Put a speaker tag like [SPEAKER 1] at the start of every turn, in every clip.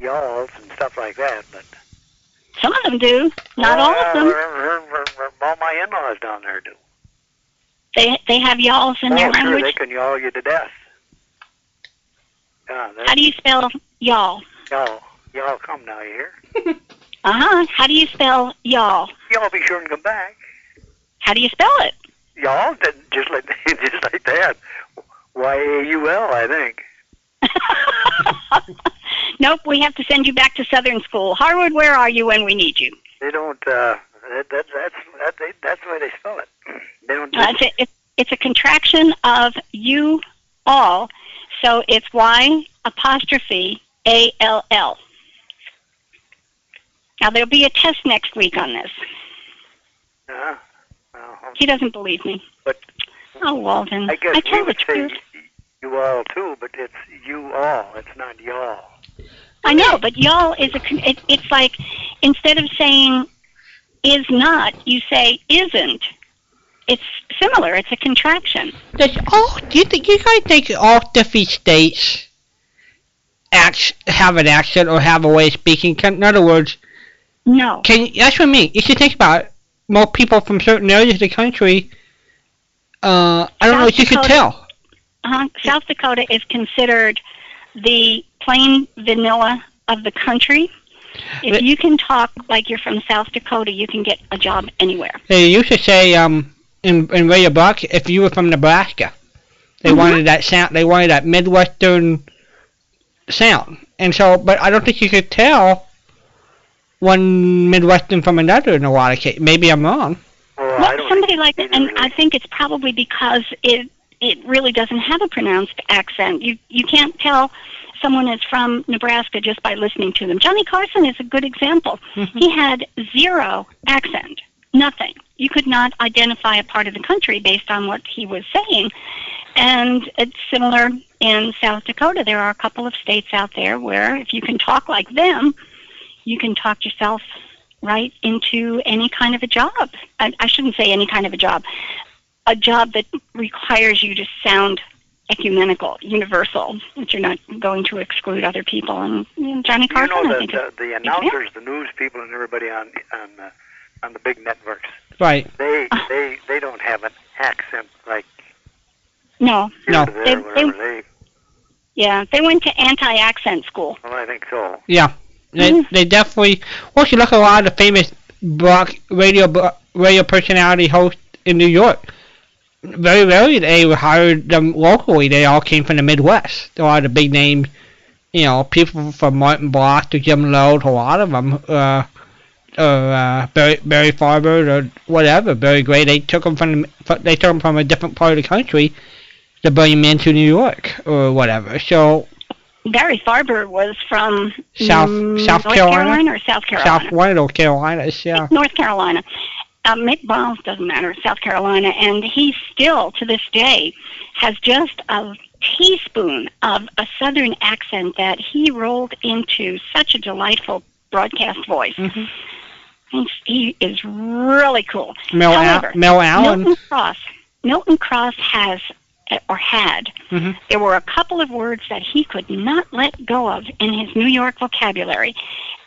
[SPEAKER 1] yawls and stuff like that. But
[SPEAKER 2] Some of them do. Not all of them.
[SPEAKER 1] them. All my in-laws down there do.
[SPEAKER 2] They they have y'alls in
[SPEAKER 1] oh,
[SPEAKER 2] their
[SPEAKER 1] sure, they
[SPEAKER 2] language.
[SPEAKER 1] can yawl you to death. Yeah,
[SPEAKER 2] How do you spell y'all?
[SPEAKER 1] y'all, y'all come now, you hear?
[SPEAKER 2] Uh huh. How do you spell y'all?
[SPEAKER 1] Y'all be sure and come back.
[SPEAKER 2] How do you spell it?
[SPEAKER 1] Y'all, did- just like just like that. Y a u l, I think.
[SPEAKER 2] nope, we have to send you back to Southern School. Harwood, where are you when we need you?
[SPEAKER 1] They don't. Uh, that, that, that's that, they, that's the way they spell it. They don't.
[SPEAKER 2] Uh, it's, a, it, it's a contraction of you all, so it's Y apostrophe A L L. Now there'll be a test next week on this.
[SPEAKER 1] Uh, uh,
[SPEAKER 2] He doesn't believe me.
[SPEAKER 1] But-
[SPEAKER 2] oh, Walden,
[SPEAKER 1] I guess
[SPEAKER 2] I
[SPEAKER 1] we
[SPEAKER 2] tell the
[SPEAKER 1] would say
[SPEAKER 2] truth.
[SPEAKER 1] you all too, but it's you all. It's not y'all.
[SPEAKER 2] I know, but y'all is a. con- It, it's like instead of saying is not, you say isn't. It's similar. It's a contraction.
[SPEAKER 3] That's all. oh, Do you think you guys think all fifty states acts have an accent or have a way of speaking? Can, in other words,
[SPEAKER 2] No.
[SPEAKER 3] can that's what I mean. If you think about it, more people from certain areas of the country, uh, I don't know if you could
[SPEAKER 2] South
[SPEAKER 3] tell.
[SPEAKER 2] Uh-huh. South Dakota is considered the plain vanilla of the country. If
[SPEAKER 3] But-
[SPEAKER 2] you can talk like you're from South Dakota, you can get a job anywhere.
[SPEAKER 3] They used to say um, in in Radio Buck, if you were from Nebraska, they
[SPEAKER 2] Mhm.
[SPEAKER 3] wanted that sound. They wanted that Midwestern sound, and so but I don't think you could tell one Midwestern from another in a lot of cases. Maybe I'm wrong.
[SPEAKER 1] Well, I
[SPEAKER 2] well,
[SPEAKER 1] don't
[SPEAKER 2] somebody
[SPEAKER 1] think
[SPEAKER 2] like
[SPEAKER 1] either
[SPEAKER 2] that, and
[SPEAKER 1] of
[SPEAKER 2] I
[SPEAKER 1] them.
[SPEAKER 2] think it's probably because it it really doesn't have a pronounced accent. You you can't tell someone is from Nebraska just by listening to them. Johnny Carson is a good example. He had zero accent, nothing. You could not identify a part of the country based on what he was saying. And it's similar in South Dakota. There are a couple of states out there where if you can talk like them, you can talk yourself right into any kind of a job. I, I shouldn't say any kind of a job, a job that requires you to sound ecumenical, universal, that you're not going to exclude other people. And you know, Johnny
[SPEAKER 1] you
[SPEAKER 2] Carson,
[SPEAKER 1] know
[SPEAKER 2] I
[SPEAKER 1] the,
[SPEAKER 2] think, is
[SPEAKER 1] the, the announcers, the news people, and everybody on on the, on the big networks.
[SPEAKER 3] Right.
[SPEAKER 1] They
[SPEAKER 2] Uh.
[SPEAKER 1] they they don't have an accent like
[SPEAKER 2] no,
[SPEAKER 1] here
[SPEAKER 3] No.
[SPEAKER 1] to there,
[SPEAKER 2] They- they-
[SPEAKER 1] wherever they.
[SPEAKER 2] yeah, they went to anti-accent school.
[SPEAKER 1] Well, I think so.
[SPEAKER 3] Yeah. They,
[SPEAKER 2] Mhm.
[SPEAKER 3] they definitely. Once you look at a lot of the famous block radio bu- radio personality hosts in New York, very rarely they hired them locally. They all came from the Midwest. A lot of the big names, you know, people from Martin Block to Jim Lowe to a lot of them, uh, or uh, Barry Barry Farber or whatever, Barry Gray. They took them from the- fr- they took 'em from a different part of the country to bring them into New York or whatever. So
[SPEAKER 2] Barry Farber was from
[SPEAKER 3] South-
[SPEAKER 2] mm,
[SPEAKER 3] South
[SPEAKER 2] North
[SPEAKER 3] Carolina?
[SPEAKER 2] or South Carolina.
[SPEAKER 3] South one of those Carolinas, yeah.
[SPEAKER 2] North Carolina. Uh, Mick Miles doesn't matter, South Carolina, and he still, to this day, has just a teaspoon of a Southern accent that he rolled into such a delightful broadcast voice.
[SPEAKER 3] Mhm.
[SPEAKER 2] He's, he is really cool.
[SPEAKER 3] Mel,
[SPEAKER 2] However,
[SPEAKER 3] Al- Mel Allen.
[SPEAKER 2] Milton Cross. Milton Cross has or had.
[SPEAKER 3] Mhm.
[SPEAKER 2] There were a couple of words that he could not let go of in his New York vocabulary,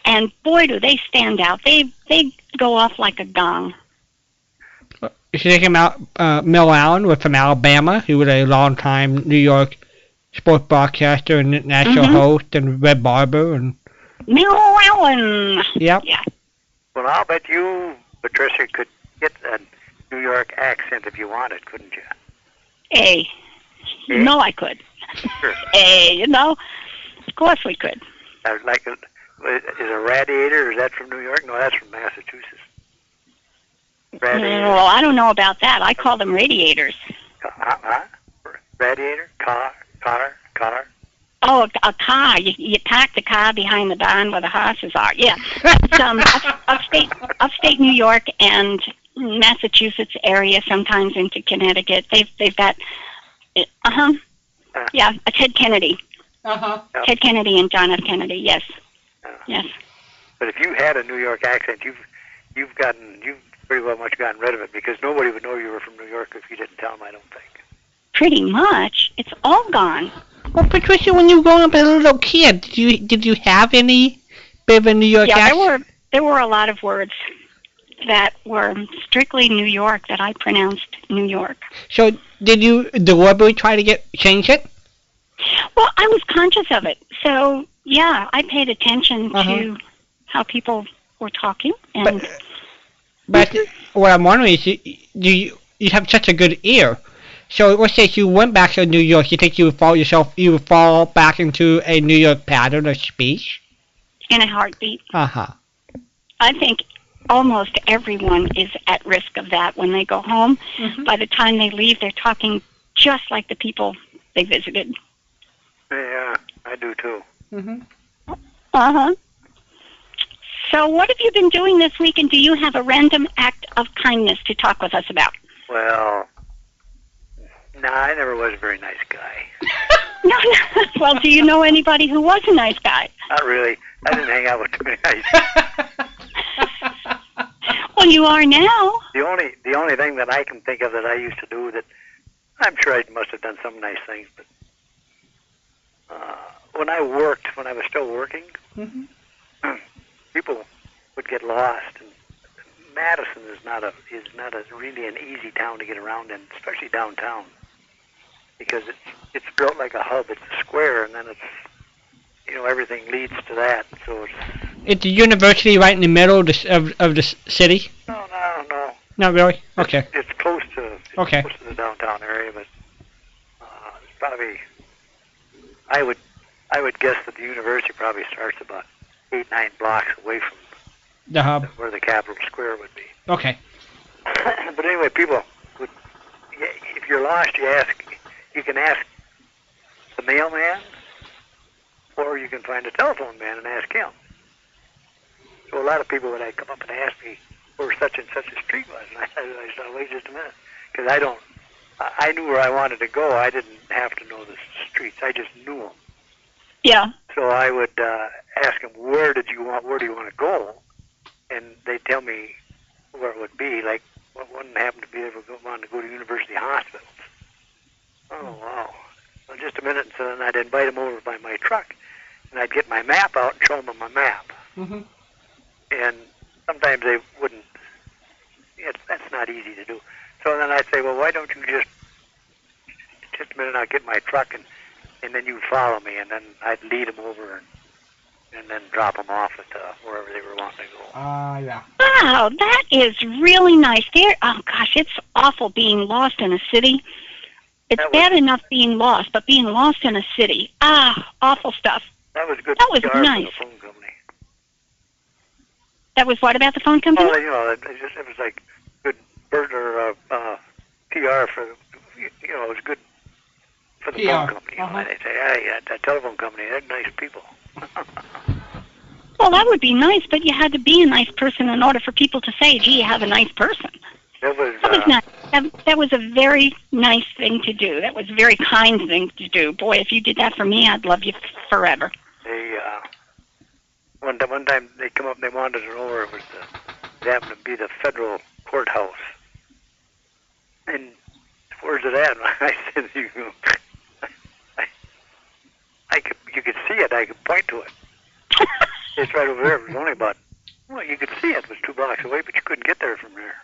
[SPEAKER 2] and boy, do they stand out. They they go off like a gong.
[SPEAKER 3] You should take him out. Uh, Mel Allen was from Alabama. He was a longtime New York sports broadcaster and national
[SPEAKER 2] Mhm.
[SPEAKER 3] host, and Red Barber, and
[SPEAKER 2] Mel Allen.
[SPEAKER 3] yep.
[SPEAKER 2] Yeah.
[SPEAKER 1] Well, I'll bet you, Patricia, could get a New York accent if you wanted, couldn't you?
[SPEAKER 2] A. You
[SPEAKER 1] Yeah.
[SPEAKER 2] know I could.
[SPEAKER 1] Sure.
[SPEAKER 2] A. You know. Of course we could.
[SPEAKER 1] I would Uh, Like, a, is a radiator? Is that from New York? No, that's from Massachusetts. Radiator.
[SPEAKER 2] Well, I don't know about that. I call them radiators.
[SPEAKER 1] Uh, huh? Radiator, car, car, car.
[SPEAKER 2] Oh, a, a car. You, you park the car behind the barn where the horses are. Yeah. That's, um, up- upstate, upstate New York and Massachusetts area, sometimes into Connecticut. They've, they've got, uh huh. Yeah, a Ted Kennedy.
[SPEAKER 3] Uh-huh.
[SPEAKER 2] Ted Kennedy and John F. Kennedy, yes. Yes.
[SPEAKER 1] But if you had a New York accent, you've you've gotten you've pretty well much gotten rid of it because nobody would know you were from New York if you didn't tell them. I don't think.
[SPEAKER 2] Pretty much. It's all gone.
[SPEAKER 3] Well, Patricia, when you were growing up as a little kid, did you did you have any bit of a New York
[SPEAKER 2] yeah, there
[SPEAKER 3] accent?
[SPEAKER 2] were there were a lot of words that were strictly New York that I pronounced New York.
[SPEAKER 3] So did you deliberately try to get change it?
[SPEAKER 2] Well, I was conscious of it, so yeah, I paid attention
[SPEAKER 3] Uh-huh.
[SPEAKER 2] to how people were talking, and
[SPEAKER 3] But uh, but what I'm wondering is, you, do you you have such a good ear? So let's say if you went back to New York, you think you would fall yourself, you would fall back into a New York pattern of speech?
[SPEAKER 2] in a heartbeat,
[SPEAKER 3] Uh huh.
[SPEAKER 2] I think almost everyone is at risk of that when they go home.
[SPEAKER 3] Mm-hmm.
[SPEAKER 2] By the time they leave, they're talking just like the people they visited.
[SPEAKER 1] Yeah, I do too.
[SPEAKER 3] Mm-hmm.
[SPEAKER 2] Uh
[SPEAKER 3] Uh-huh.
[SPEAKER 2] huh. So, what have you been doing this week, and do you have a random act of kindness to talk with us about?
[SPEAKER 1] Well, nah, I never was a very nice guy.
[SPEAKER 2] No, no. Well, do you know anybody who was a nice guy?
[SPEAKER 1] Not really. I didn't hang out with too many nice.
[SPEAKER 2] Well, you are now.
[SPEAKER 1] The only the only thing that I can think of that I used to do that I'm sure I must have done some nice things, but uh, when I worked, when I was still working,
[SPEAKER 3] Mhm.
[SPEAKER 1] people would get lost. And Madison is not a is not a really an easy town to get around in, especially downtown, because it's it's built like a hub. It's a square, and then it's you know everything leads to that. So it's
[SPEAKER 3] It's a university right in the middle of the, s- of, of the s- city.
[SPEAKER 1] no, no, no.
[SPEAKER 3] Not really. Okay.
[SPEAKER 1] It's close to it's
[SPEAKER 3] Okay.
[SPEAKER 1] close to the downtown area, but uh, it's probably I would I would guess that the university probably starts about eight nine blocks away from
[SPEAKER 3] The hub.
[SPEAKER 1] where the Capitol Square would be.
[SPEAKER 3] Okay.
[SPEAKER 1] but anyway, people would if you're lost, you ask you can ask the mailman, or you can find a telephone man and ask him. So a lot of people would like, come up and ask me where such and such a street was, and I, I said, wait just a minute, because I don't. I I knew where I wanted to go. I didn't have to know the streets. I just knew them.
[SPEAKER 2] Yeah.
[SPEAKER 1] So I would uh, ask them, "Where did you want? Where do you want to go?" And they'd tell me where it would be. Like what one happened to be ever go- wanted to go to University Hospital. Oh wow! Well, just a minute, and so then I'd invite them over by my truck, and I'd get my map out and show them my map.
[SPEAKER 3] Mm-hmm.
[SPEAKER 1] And sometimes they wouldn't. It, that's not easy to do. So then I'd say, "Well, why don't you just just a minute? I'll get my truck and." and then you follow me, and then I'd lead them over and, and then drop them off at uh, wherever they were wanting to go.
[SPEAKER 3] Uh, yeah.
[SPEAKER 2] Wow, that is really nice. There. Oh gosh, it's awful being lost in a city. It's
[SPEAKER 1] That was-
[SPEAKER 2] bad enough being lost, but being lost in a city. Ah, awful stuff.
[SPEAKER 1] That was good.
[SPEAKER 2] That was
[SPEAKER 1] PR for
[SPEAKER 2] nice.
[SPEAKER 1] The phone company.
[SPEAKER 2] That was what about the phone company?
[SPEAKER 1] Well, you know, it, it, just, it was like good burger uh, uh, PR for you you know it was good for the phone
[SPEAKER 3] PR,
[SPEAKER 1] company. You know,
[SPEAKER 3] uh-huh.
[SPEAKER 1] and they say, hey, that, that telephone company, they're nice people.
[SPEAKER 2] Well, that would be nice, but you had to be a nice person in order for people to say, "Gee, you have a nice person."
[SPEAKER 1] That was.
[SPEAKER 2] That was
[SPEAKER 1] uh,
[SPEAKER 2] nice. That, that was a very nice thing to do. That was a very kind thing to do. Boy, if you did that for me, I'd love you forever.
[SPEAKER 1] they uh, one time, one time they come up and they wanted it over. It was the, it happened to be the federal courthouse. And where's it at? And I said, you, know, I, I could, you could see it. I could point to it. It's right over there. It was only about, well, you could see it. It was two blocks away, but you couldn't get there from there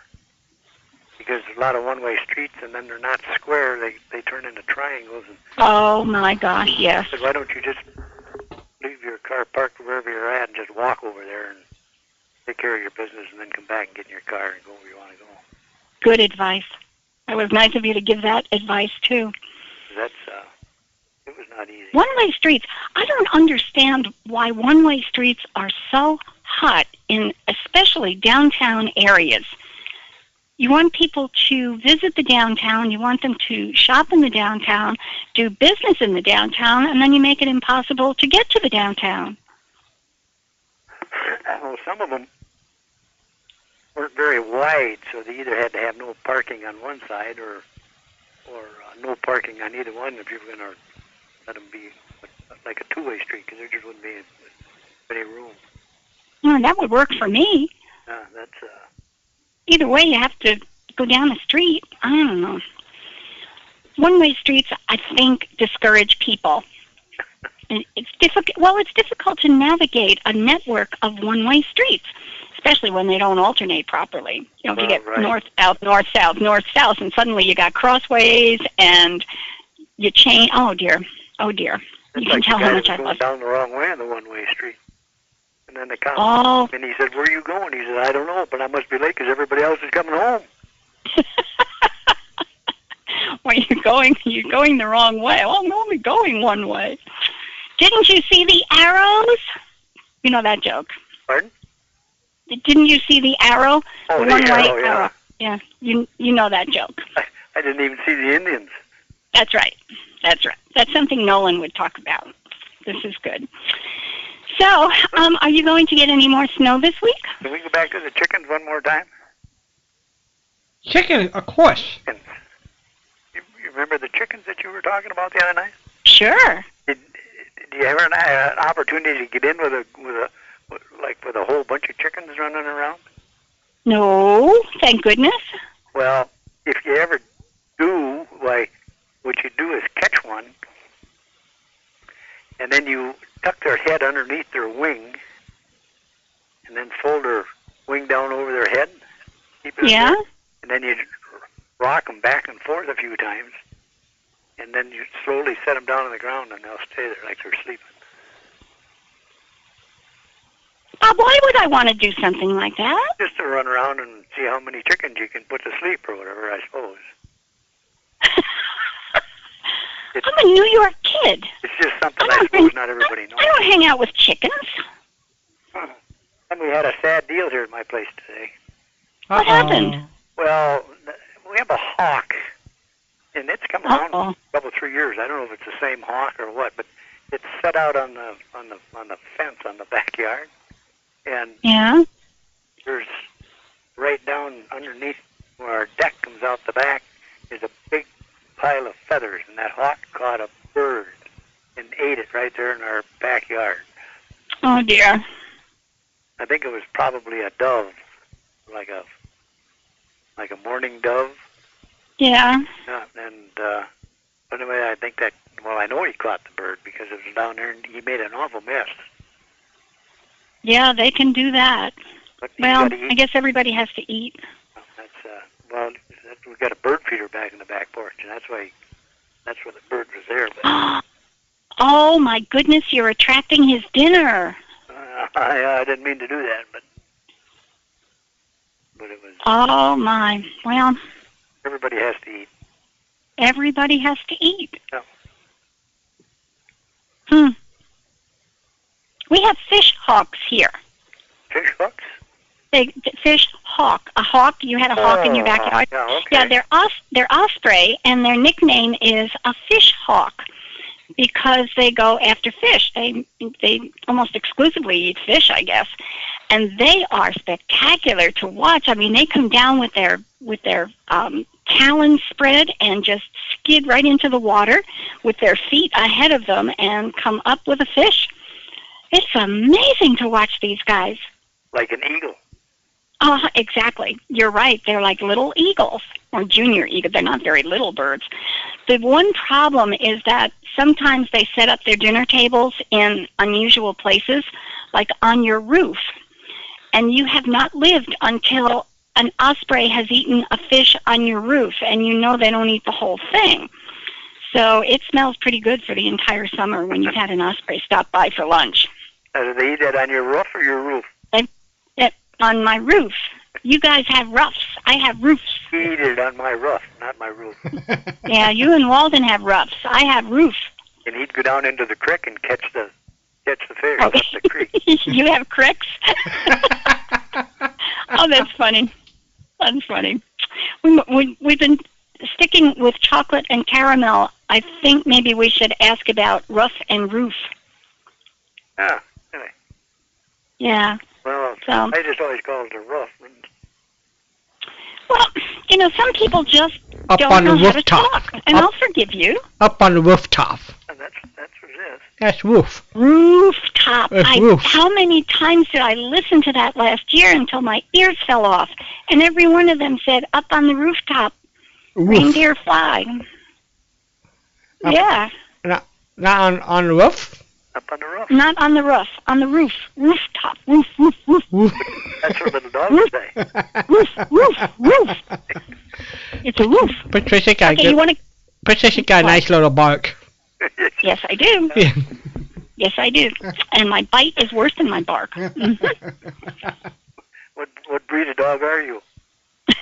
[SPEAKER 1] because there's a lot of one-way streets, and then they're not square. They they turn into triangles. And
[SPEAKER 2] oh my gosh, yes.
[SPEAKER 1] said, why don't you just leave your car parked wherever you're at and just walk over there and take care of your business and then come back and get in your car and go where you want to go?
[SPEAKER 2] Good advice. It was nice of you to give that advice too.
[SPEAKER 1] 'Cause That's, uh, it was not easy.
[SPEAKER 2] One-way streets. I don't understand why one-way streets are so hot in especially downtown areas. You want people to visit the downtown, you want them to shop in the downtown, do business in the downtown, and then you make it impossible to get to the downtown.
[SPEAKER 1] Well, some of them weren't very wide, so they either had to have no parking on one side or or uh, no parking on either one if you were going to let them be like a two-way street because there just wouldn't be any room.
[SPEAKER 2] Well, that would work for me.
[SPEAKER 1] Uh, that's, uh,
[SPEAKER 2] Either way, you have to go down the street. I don't know. One way streets, I think, discourage people
[SPEAKER 1] uh,
[SPEAKER 2] And It's difficult. Well, it's difficult to navigate a network of one-way streets, especially when they don't alternate properly. You know, if you
[SPEAKER 1] Oh,
[SPEAKER 2] get
[SPEAKER 1] right.
[SPEAKER 2] north south, north south, north south, and suddenly you got crossways and you change. Oh dear. Oh dear. You
[SPEAKER 1] It's
[SPEAKER 2] can
[SPEAKER 1] like
[SPEAKER 2] tell
[SPEAKER 1] the
[SPEAKER 2] how
[SPEAKER 1] guy
[SPEAKER 2] much
[SPEAKER 1] was
[SPEAKER 2] I
[SPEAKER 1] going
[SPEAKER 2] love.
[SPEAKER 1] down the wrong way on the one-way street. And then the cop
[SPEAKER 2] Oh.
[SPEAKER 1] and he said, "Where are you going?" He said, "I don't know, but I must be late because everybody else is coming home."
[SPEAKER 2] Well, you're going, you're going the wrong way. Well, I'm only going one way. Didn't you see the arrows? You know that joke.
[SPEAKER 1] Pardon?
[SPEAKER 2] Didn't you see the arrow?
[SPEAKER 1] Oh,
[SPEAKER 2] The
[SPEAKER 1] they-
[SPEAKER 2] one-way
[SPEAKER 1] oh, yeah.
[SPEAKER 2] arrow. Yeah, you you know that joke.
[SPEAKER 1] I didn't even see the Indians.
[SPEAKER 2] That's right. That's right. That's something Nolan would talk about. This is good. So, um, are you going to get any more snow this week?
[SPEAKER 1] Can we go back to the chickens one more time?
[SPEAKER 3] Chicken, of course.
[SPEAKER 1] And you, you remember the chickens that you were talking about the other night?
[SPEAKER 2] Sure.
[SPEAKER 1] Did, did you ever an, uh, an opportunity to get in with a with a with, like with a whole bunch of chickens running around?
[SPEAKER 2] No, thank goodness.
[SPEAKER 1] Well, if you ever do, like what you do is catch one, and then you tuck their head underneath their wing, and then fold their wing down over their head. Keep it in
[SPEAKER 2] Yeah.
[SPEAKER 1] there, and then you rock them back and forth a few times, and then you slowly set them down on the ground, and they'll stay there like they're sleeping.
[SPEAKER 2] Bob, Uh, why would I want to do something like that?
[SPEAKER 1] Just to run around and see how many chickens you can put to sleep or whatever, I suppose.
[SPEAKER 2] I'm a New York kid.
[SPEAKER 1] It's just
[SPEAKER 2] I
[SPEAKER 1] something I
[SPEAKER 2] don't,
[SPEAKER 1] suppose
[SPEAKER 2] hang,
[SPEAKER 1] not everybody knows.
[SPEAKER 2] I don't hang out with chickens.
[SPEAKER 1] And we had a sad deal here at my place today.
[SPEAKER 2] What
[SPEAKER 3] Uh-oh.
[SPEAKER 2] happened?
[SPEAKER 1] Well, th- we have a hawk, and it's come around
[SPEAKER 2] Uh-oh.
[SPEAKER 1] a couple three years. I don't know if it's the same hawk or what, but it's set out on the on the on the fence on the backyard, and
[SPEAKER 2] Yeah.
[SPEAKER 1] there's right down underneath where our deck comes out the back is a big pile of feathers, and that hawk caught a bird and ate it right there in our backyard.
[SPEAKER 2] Oh dear.
[SPEAKER 1] I think it was probably a dove, like a like a mourning dove.
[SPEAKER 2] Yeah.
[SPEAKER 1] Yeah, and uh, but anyway, I think that well, I know he caught the bird because it was down there, and he made an awful mess.
[SPEAKER 2] Yeah, they can do that.
[SPEAKER 1] But you
[SPEAKER 2] Well,
[SPEAKER 1] gotta eat.
[SPEAKER 2] I guess everybody has to eat.
[SPEAKER 1] that's uh, well, that, we got a bird feeder back in the back porch, and that's why that's where the bird was there. But
[SPEAKER 2] Oh my goodness, you're attracting his dinner.
[SPEAKER 1] uh, I, uh, I didn't mean to do that, but but it was
[SPEAKER 2] Oh my. Well,
[SPEAKER 1] everybody has to eat.
[SPEAKER 2] everybody has to eat.
[SPEAKER 1] Yeah.
[SPEAKER 2] Hmm. We have fish hawks here.
[SPEAKER 1] Fish hooks.
[SPEAKER 2] They fish hawk. A hawk. You had a hawk in your
[SPEAKER 1] Oh,
[SPEAKER 2] backyard.
[SPEAKER 1] Yeah, okay.
[SPEAKER 2] Yeah, they're os- they're osprey, and their nickname is a fish hawk because they go after fish. They they almost exclusively eat fish, I guess, and they are spectacular to watch. I mean, they come down with their with their um, talons spread and just skid right into the water with their feet ahead of them and come up with a fish. It's amazing to watch these guys.
[SPEAKER 1] like an eagle.
[SPEAKER 2] Oh, exactly. You're right. They're like little eagles or junior eagles. They're not very little birds. The one problem is that sometimes they set up their dinner tables in unusual places, like on your roof, and you have not lived until an osprey has eaten a fish on your roof, and you know they don't eat the whole thing. So it smells pretty good for the entire summer when you've had an osprey stop by for lunch.
[SPEAKER 1] Uh, do they eat that on your roof or your roof?
[SPEAKER 2] On my roof, you guys have roofs. I have roofs.
[SPEAKER 1] He eat it on my roof, not my roof.
[SPEAKER 2] Yeah, you and Walden have roughs. I have roof.
[SPEAKER 1] and he'd go down into the creek and catch the catch the fish
[SPEAKER 2] Oh.
[SPEAKER 1] up the creek.
[SPEAKER 2] you have cricks. oh, that's funny. That's funny. We, we, we've been sticking with chocolate and caramel. I think maybe we should ask about rough and roof.
[SPEAKER 1] Yeah.
[SPEAKER 2] Yeah.
[SPEAKER 1] Well,
[SPEAKER 2] So,
[SPEAKER 1] I just always call it a roof.
[SPEAKER 2] well, you know, some people just
[SPEAKER 3] Up
[SPEAKER 2] don't
[SPEAKER 3] on the
[SPEAKER 2] know how to
[SPEAKER 3] rooftop.
[SPEAKER 2] talk, and
[SPEAKER 3] Up-
[SPEAKER 2] I'll forgive you.
[SPEAKER 3] Up on the rooftop.
[SPEAKER 1] And that's that's what it is.
[SPEAKER 3] That's roof.
[SPEAKER 2] Rooftop.
[SPEAKER 3] That's
[SPEAKER 2] I,
[SPEAKER 3] roof.
[SPEAKER 2] How many times did I listen to that last year until my ears fell off? And every one of them said, "Up on the rooftop."
[SPEAKER 3] Roof.
[SPEAKER 2] Reindeer fly.
[SPEAKER 3] Up-
[SPEAKER 2] Yeah.
[SPEAKER 3] Not on, on the roof.
[SPEAKER 1] up on the roof.
[SPEAKER 2] Not on the roof, on the roof, rooftop, roof, roof, roof,
[SPEAKER 1] That's what little dogs say.
[SPEAKER 2] roof, roof, roof. It's a roof.
[SPEAKER 3] Patricia got
[SPEAKER 2] Okay,
[SPEAKER 3] good,
[SPEAKER 2] you want to?
[SPEAKER 3] Patricia got a
[SPEAKER 2] What?
[SPEAKER 3] nice little bark.
[SPEAKER 2] Yes, I do.
[SPEAKER 3] Yeah.
[SPEAKER 2] Yes, I do. And my bite is worse than my bark. Mhm.
[SPEAKER 1] what what breed of dog are you?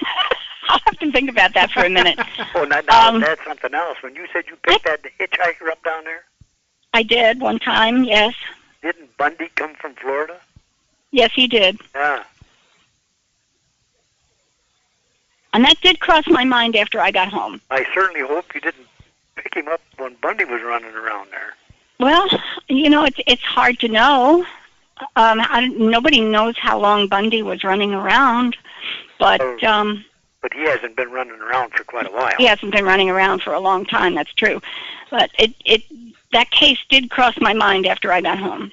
[SPEAKER 2] I'll have to think about that for a minute.
[SPEAKER 1] Oh, not now.
[SPEAKER 2] Um,
[SPEAKER 1] that's something else. When you said you picked that hitchhiker up down there,
[SPEAKER 2] I did one time. Yes,
[SPEAKER 1] didn't Bundy come from Florida?
[SPEAKER 2] yes, he did.
[SPEAKER 1] Yeah.
[SPEAKER 2] And that did cross my mind after I got home.
[SPEAKER 1] I certainly hope you didn't pick him up when Bundy was running around there.
[SPEAKER 2] Well, you know, it's it's hard to know. Um, I, don't- nobody knows how long Bundy was running around, but
[SPEAKER 1] Oh.
[SPEAKER 2] um,
[SPEAKER 1] But he hasn't been running around for quite a while.
[SPEAKER 2] he hasn't been running around for a long time. That's true. But it it that case did cross my mind after I got home.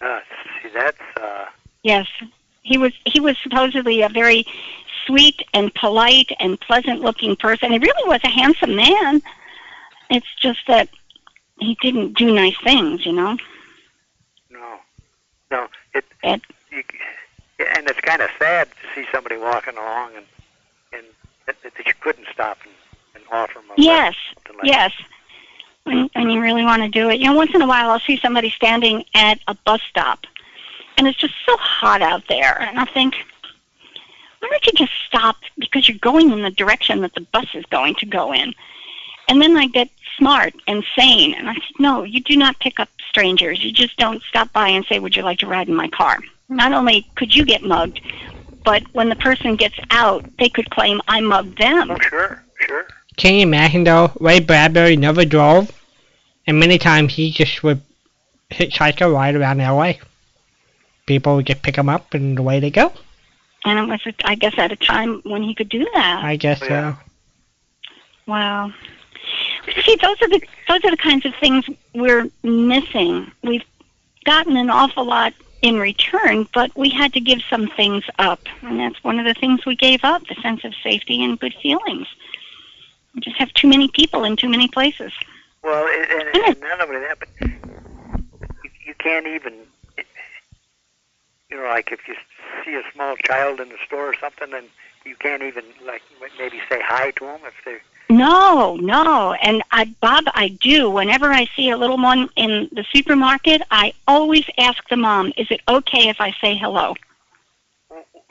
[SPEAKER 1] Uh, see, that's uh,
[SPEAKER 2] Yes, he was he was supposedly a very sweet and polite and pleasant looking person. He really was a handsome man. It's just that he didn't do nice things, you know.
[SPEAKER 1] no, no. It,
[SPEAKER 2] It-
[SPEAKER 1] you, and it's kind of sad to see somebody walking along and and that, that you couldn't stop and, and offer them a lift,
[SPEAKER 2] Yes.
[SPEAKER 1] something like
[SPEAKER 2] Yes. When, when you really want to do it. You know, once in a while I'll see somebody standing at a bus stop and it's just so hot out there. And I'll think, why don't you just stop because you're going in the direction that the bus is going to go in? And then I get smart and sane and I said, no, you do not pick up strangers. You just don't stop by and say, would you like to ride in my car? Not only could you get mugged, but when the person gets out, they could claim I mugged them.
[SPEAKER 1] Oh, sure, sure.
[SPEAKER 3] Can you imagine though? Ray Bradbury never drove, and many times he just would hitchhike a ride around LA. People would just pick him up and away they go.
[SPEAKER 2] And it was, at- I guess, at a time when he could do that.
[SPEAKER 3] I guess uh,
[SPEAKER 1] Yeah.
[SPEAKER 3] so.
[SPEAKER 2] wow. See, those are the those are the kinds of things we're missing. We've gotten an awful lot in return, but we had to give some things up, and that's one of the things we gave up: the sense of safety and good feelings. We just have too many people in too many places.
[SPEAKER 1] Well, and, and, and not only that, but you, you can't even, you know, like if you see a small child in the store or something, and you can't even like maybe say hi to them if they.
[SPEAKER 2] No, no. And I, Bob, I do. Whenever I see a little one in the supermarket, I always ask the mom, "Is it okay if I say hello?"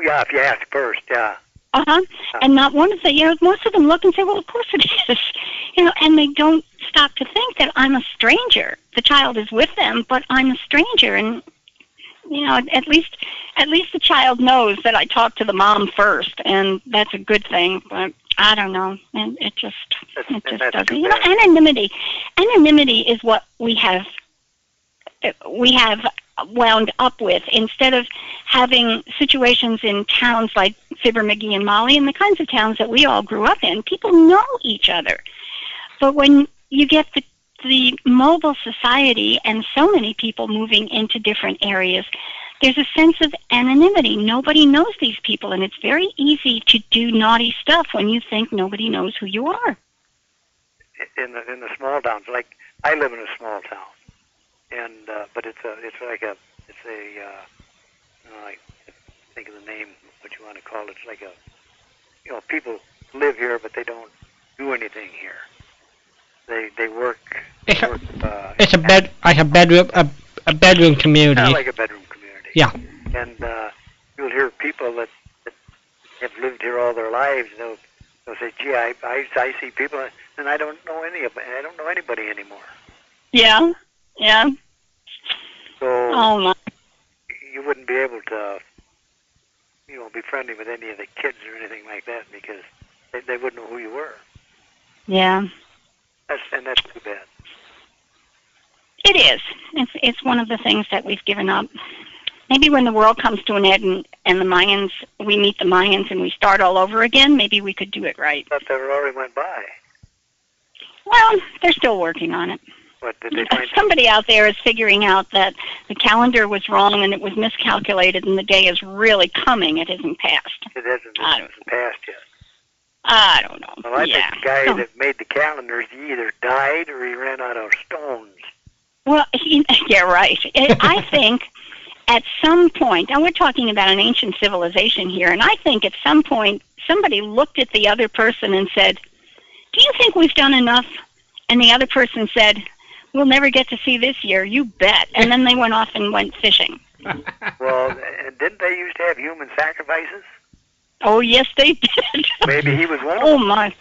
[SPEAKER 1] Yeah, if you ask first, yeah.
[SPEAKER 2] Uh huh. And not one of the, you know, most of them look and say, well, of course it is. You know, and they don't stop to think that I'm a stranger. The child is with them, but I'm a stranger. And, you know, at least, at least the child knows that I talked to the mom first. And that's a good thing. But I don't know. And it just,
[SPEAKER 1] That's,
[SPEAKER 2] it
[SPEAKER 1] and
[SPEAKER 2] just
[SPEAKER 1] that's
[SPEAKER 2] doesn't.
[SPEAKER 1] too
[SPEAKER 2] You know,
[SPEAKER 1] bad.
[SPEAKER 2] anonymity. Anonymity is what we have. We have wound up with instead of having situations in towns like Fibber, McGee, and Molly, and the kinds of towns that we all grew up in. People know each other, but when you get the the mobile society and so many people moving into different areas, there's a sense of anonymity. Nobody knows these people, and it's very easy to do naughty stuff when you think nobody knows who you are.
[SPEAKER 1] in the in the small towns. Like I live in a small town, and uh, but it's a it's like a it's a uh, you know, I think of the name what you want to call it. It's like a you know people live here but they don't do anything here. They they work.
[SPEAKER 3] It's a,
[SPEAKER 1] work uh,
[SPEAKER 3] it's a bed like a bedroom a, a bedroom community.
[SPEAKER 1] Kind of like a bedroom community.
[SPEAKER 3] Yeah.
[SPEAKER 1] And uh, you'll hear people that, that have lived here all their lives. They'll they'll say, "Gee, I I, I see people, and I don't know any of I don't know anybody anymore."
[SPEAKER 2] Yeah, yeah.
[SPEAKER 1] So.
[SPEAKER 2] Oh my.
[SPEAKER 1] you wouldn't be able to, you know, be friendly with any of the kids or anything like that because they, they wouldn't know who you were.
[SPEAKER 2] Yeah,
[SPEAKER 1] That's and that's too bad.
[SPEAKER 2] it is. It's it's one of the things that we've given up. Maybe when the world comes to an end and, and the Mayans, we meet the Mayans and we start all over again. Maybe we could do it right.
[SPEAKER 1] But they already went by.
[SPEAKER 2] Well, they're still working on it.
[SPEAKER 1] What did they find?
[SPEAKER 2] Somebody out there is figuring out that the calendar was wrong and it was miscalculated, and the day is really coming. It isn't past.
[SPEAKER 1] It hasn't, it
[SPEAKER 2] I don't-
[SPEAKER 1] hasn't passed yet.
[SPEAKER 2] I don't know.
[SPEAKER 1] Well, I
[SPEAKER 2] yeah.
[SPEAKER 1] think the guy
[SPEAKER 2] So-
[SPEAKER 1] that made the calendars he either died or he ran out of stones.
[SPEAKER 2] Well, he, yeah, right. I I think at some point, and we're talking about an ancient civilization here, and I think at some point somebody looked at the other person and said, Do you think we've done enough? And the other person said, We'll never get to see this year, you bet. And then they went off and went fishing.
[SPEAKER 1] Well, and didn't they used to have human sacrifices?
[SPEAKER 2] Oh, yes, they did.
[SPEAKER 1] Maybe he was one of
[SPEAKER 2] oh,
[SPEAKER 1] them.
[SPEAKER 2] my.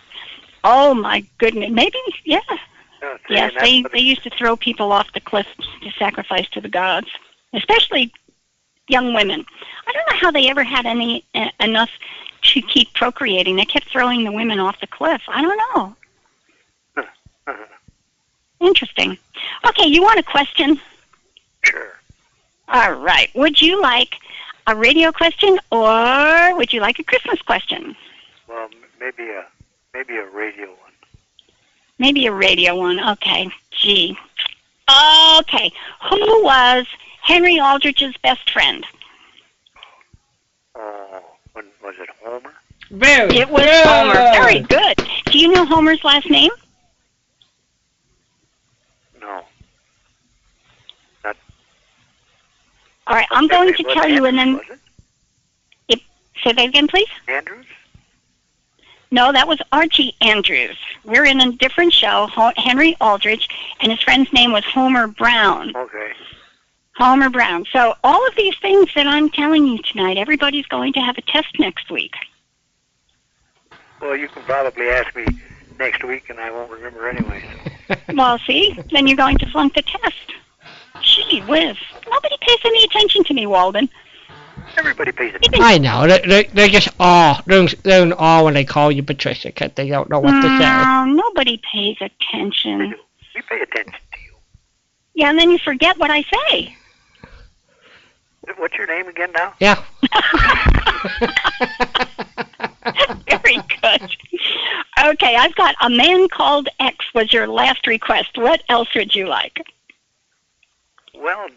[SPEAKER 2] Oh, my goodness. Maybe, yeah.
[SPEAKER 1] Uh, see,
[SPEAKER 2] Yes,
[SPEAKER 1] and that's
[SPEAKER 2] they,
[SPEAKER 1] what
[SPEAKER 2] they
[SPEAKER 1] it-
[SPEAKER 2] used to throw people off the cliff to sacrifice to the gods, especially young women. I don't know how they ever had any uh, enough to keep procreating. They kept throwing the women off the cliff. I don't know.
[SPEAKER 1] uh-huh.
[SPEAKER 2] Interesting. Okay, you want a question?
[SPEAKER 1] Sure.
[SPEAKER 2] All right. Would you like a radio question or would you like a Christmas question?
[SPEAKER 1] Well, m- maybe a maybe a radio one.
[SPEAKER 2] Maybe a radio one. Okay. Gee. Okay. Who was Henry Aldrich's best friend?
[SPEAKER 1] Oh, when, was it Homer?
[SPEAKER 3] Very
[SPEAKER 2] It was
[SPEAKER 3] good.
[SPEAKER 2] Homer. Very good. Do you know Homer's last name?
[SPEAKER 1] No.
[SPEAKER 2] All right, I'm going to
[SPEAKER 1] It was
[SPEAKER 2] tell you, and then
[SPEAKER 1] Andrews, was
[SPEAKER 2] say that again, please.
[SPEAKER 1] it? Andrews?
[SPEAKER 2] No, that was Archie Andrews. We're in a different show. Ho- Henry Aldrich, and his friend's name was Homer Brown.
[SPEAKER 1] Okay.
[SPEAKER 2] Homer Brown. So all of these things that I'm telling you tonight, everybody's going to have a test next week.
[SPEAKER 1] Well, you can probably ask me next week, and I won't remember anyway. So.
[SPEAKER 2] Well, see, then you're going to flunk the test. Gee whiz! Nobody pays any attention to me, Walden.
[SPEAKER 1] Everybody pays
[SPEAKER 2] You've been
[SPEAKER 3] I know. They, they, they're just awe. They're, in- they're in awe when they call you Patricia because they don't know what to say.
[SPEAKER 2] No, Mm, nobody pays attention.
[SPEAKER 1] attention. We pay attention to you.
[SPEAKER 2] Yeah, and then you forget what I say.
[SPEAKER 1] What's your name again now?
[SPEAKER 3] Yeah.
[SPEAKER 2] Very good. Okay, I've got a man called X was your last request. What else would you like?
[SPEAKER 1] Well,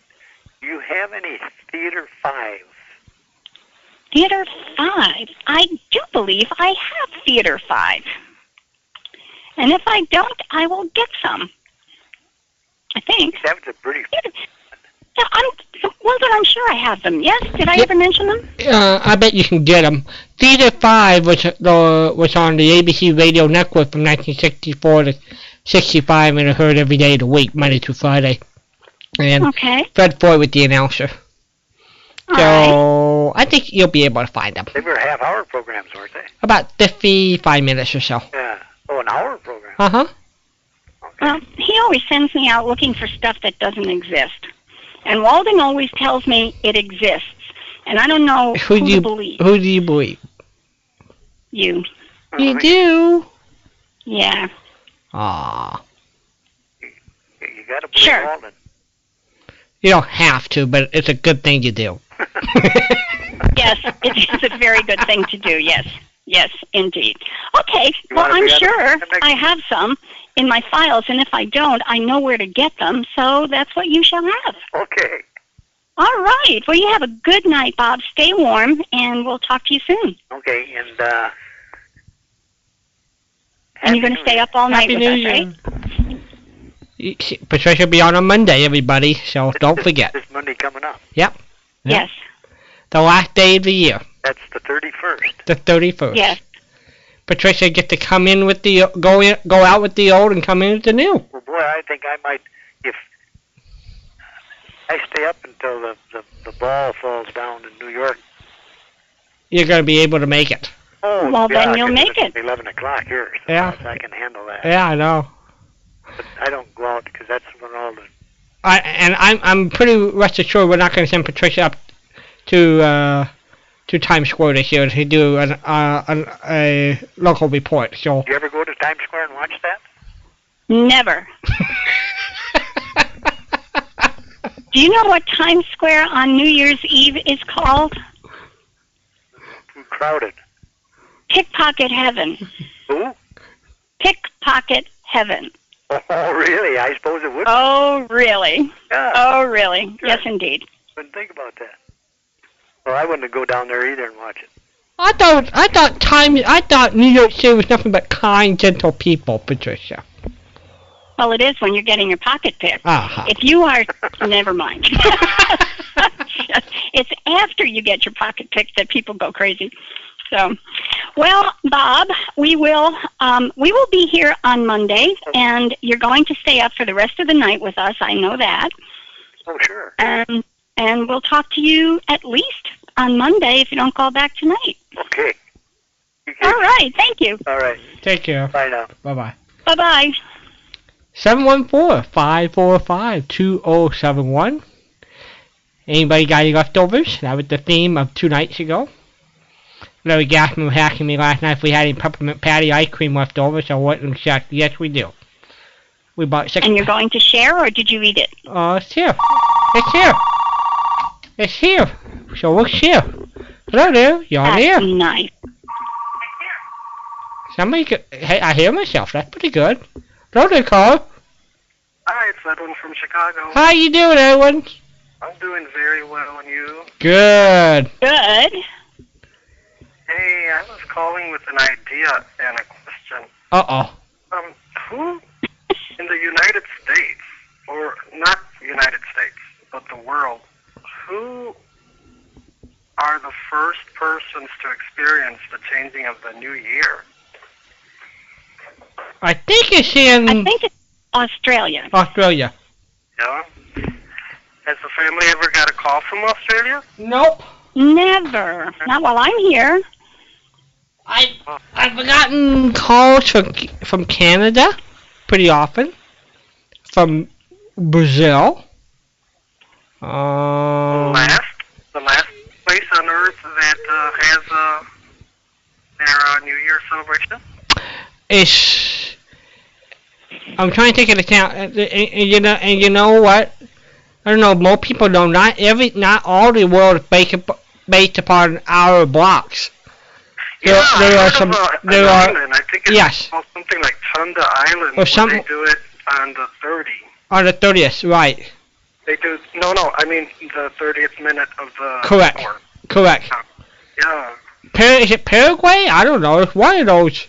[SPEAKER 1] do you have any Theater 5?
[SPEAKER 2] Theater Five. I do believe I have Theater Five, and if I don't, I will get some. I think.
[SPEAKER 1] That was a British.
[SPEAKER 2] Yeah, I'm well, then I'm sure I have them. Yes. Did I ever mention them?
[SPEAKER 3] Uh, I bet you can get them. Theater 5 was, uh, was on the ABC radio network from 1964 to 65 and it heard every day of the week, Monday through Friday. And
[SPEAKER 2] Okay.
[SPEAKER 3] Fred Ford was the announcer.
[SPEAKER 2] All right.
[SPEAKER 3] so I think you'll be able to find them.
[SPEAKER 1] They were half-hour programs, weren't they?
[SPEAKER 3] About 55 minutes or so.
[SPEAKER 1] Yeah. Oh, an hour program.
[SPEAKER 3] Uh huh.
[SPEAKER 1] Okay.
[SPEAKER 2] Well, he always sends me out looking for stuff that doesn't exist. And Walden always tells me it exists. And I don't know
[SPEAKER 3] Who
[SPEAKER 2] Oh, who,
[SPEAKER 3] do you-
[SPEAKER 2] to believe.
[SPEAKER 3] Who do you believe?
[SPEAKER 2] You.
[SPEAKER 3] You do.
[SPEAKER 2] Yeah.
[SPEAKER 3] Aw.
[SPEAKER 1] You got to believe
[SPEAKER 2] Sure.
[SPEAKER 1] all of
[SPEAKER 3] You don't have to, but it's a good thing you do.
[SPEAKER 2] Yes, it is a very good thing to do. Yes. Yes, indeed. Okay.
[SPEAKER 1] You
[SPEAKER 2] well,
[SPEAKER 1] wanna
[SPEAKER 2] I'm
[SPEAKER 1] be on the-
[SPEAKER 2] sure
[SPEAKER 1] the next-
[SPEAKER 2] I have some in my files, and if I don't, I know where to get them. So that's what you shall have.
[SPEAKER 1] Okay.
[SPEAKER 2] All right. Well, you have a good night, Bob. Stay warm, and we'll talk to you soon.
[SPEAKER 1] Okay, and, uh...
[SPEAKER 2] and you're going to stay up all night
[SPEAKER 3] Happy
[SPEAKER 2] with
[SPEAKER 3] New
[SPEAKER 2] us,
[SPEAKER 3] Year.
[SPEAKER 2] right?
[SPEAKER 3] You see, Patricia will be on on Monday, everybody, so don't forget.
[SPEAKER 1] This Monday coming up.
[SPEAKER 3] Yeah.
[SPEAKER 2] Yes.
[SPEAKER 3] The last day of the year,
[SPEAKER 1] That's the 31st.
[SPEAKER 3] the 31st.
[SPEAKER 2] Yes.
[SPEAKER 3] Patricia get to come in with the, go in, go out with the old and come in with the new.
[SPEAKER 1] Well, boy, I think I might, if... I stay up until the, the, the ball falls down in New York.
[SPEAKER 3] You're going to be able to make it.
[SPEAKER 1] Oh,
[SPEAKER 2] Well,
[SPEAKER 1] yeah,
[SPEAKER 2] then you'll
[SPEAKER 1] 'cause
[SPEAKER 2] make
[SPEAKER 1] it's 11 o'clock here, so
[SPEAKER 3] Yeah.
[SPEAKER 1] I can handle that.
[SPEAKER 3] Yeah, I know.
[SPEAKER 1] But I don't go out because that's when all the...
[SPEAKER 3] I, and I'm, I'm pretty rest assured we're not going to send Patricia up to, uh, to Times Square this year to do an, uh, an, a local report, so.
[SPEAKER 1] Do you ever go to Times Square and watch that?
[SPEAKER 2] Never. Do you know what Times Square on New Year's Eve is called?
[SPEAKER 1] Too crowded.
[SPEAKER 2] Pickpocket Heaven.
[SPEAKER 1] Who?
[SPEAKER 2] Pickpocket Heaven.
[SPEAKER 1] Oh, really? I suppose it would.
[SPEAKER 2] Oh, really?
[SPEAKER 1] yeah.
[SPEAKER 2] Oh, really?
[SPEAKER 1] Sure.
[SPEAKER 2] Yes, indeed.
[SPEAKER 1] Wouldn't think about that. Well, I wouldn't go down there either and watch it.
[SPEAKER 3] I thought I thought time I thought New York City was nothing but kind, gentle people, Patricia.
[SPEAKER 2] Well, it is when you're getting your pocket picked.
[SPEAKER 3] Uh-huh.
[SPEAKER 2] If you are, never mind. it's after you get your pocket picked that people go crazy. So, well, Bob, we will um, we will be here on Monday, and you're going to stay up for the rest of the night with us. I know that,
[SPEAKER 1] Oh,
[SPEAKER 4] I'm sure.
[SPEAKER 2] and Um, and we'll talk to you at least on Monday if you don't call back tonight.
[SPEAKER 4] Okay. You
[SPEAKER 2] All
[SPEAKER 4] can-
[SPEAKER 2] right, thank you.
[SPEAKER 4] All right.
[SPEAKER 3] Take care.
[SPEAKER 4] Bye now.
[SPEAKER 3] Bye bye.
[SPEAKER 2] Bye bye.
[SPEAKER 3] 714-545-2071. Anybody got any leftovers? That was the theme of two nights ago. Larry Gassman was asking me last night if we had any peppermint patty ice cream left over, so I went and checked. Yes, we do. We bought six.
[SPEAKER 2] And you're going to share, or did you eat it?
[SPEAKER 3] Oh, it's here. It's here. It's here. So we'll share. Hello there. You on
[SPEAKER 2] That's
[SPEAKER 3] here?
[SPEAKER 2] nice.
[SPEAKER 3] Somebody, could, hey, I hear myself. That's pretty good. Hello there, Carl.
[SPEAKER 4] Hi, it's Edwin from Chicago.
[SPEAKER 3] How you doing, everyone?
[SPEAKER 4] I'm doing very well, and you?
[SPEAKER 3] Good.
[SPEAKER 2] Good.
[SPEAKER 4] Hey, I was calling with an idea and a question.
[SPEAKER 3] Uh-oh.
[SPEAKER 4] Um, who in the United States, or not United States, but the world, who are the first persons to experience the changing of the new year?
[SPEAKER 3] I think it's in
[SPEAKER 2] I think it's Australia.
[SPEAKER 3] Australia.
[SPEAKER 4] Yeah. Has the family ever got a call from Australia?
[SPEAKER 3] Nope.
[SPEAKER 2] Never. Not while I'm here.
[SPEAKER 3] I I've gotten calls from from Canada pretty often, from Brazil. Um,
[SPEAKER 4] last, the last place on earth that uh, has uh, their uh, New Year celebration?
[SPEAKER 3] it's I'm trying to take into account, and, and you know, and you know what? I don't know. Most people know not every, not all the world is based, up- based upon our blocks. There-
[SPEAKER 4] yeah,
[SPEAKER 3] there
[SPEAKER 4] I
[SPEAKER 3] are
[SPEAKER 4] heard
[SPEAKER 3] some-
[SPEAKER 4] of a- an
[SPEAKER 3] there are-
[SPEAKER 4] island. I think it's
[SPEAKER 3] yes.
[SPEAKER 4] called something like Tunda Island.
[SPEAKER 3] Or
[SPEAKER 4] Or
[SPEAKER 3] some-
[SPEAKER 4] They do it on the 30.
[SPEAKER 3] On the thirtieth, right?
[SPEAKER 4] They do no, no. I mean the 30th minute of the
[SPEAKER 3] Correct.
[SPEAKER 4] hour.
[SPEAKER 3] Correct.
[SPEAKER 4] Yeah.
[SPEAKER 3] Par- is it Paraguay? I don't know. It's one of those.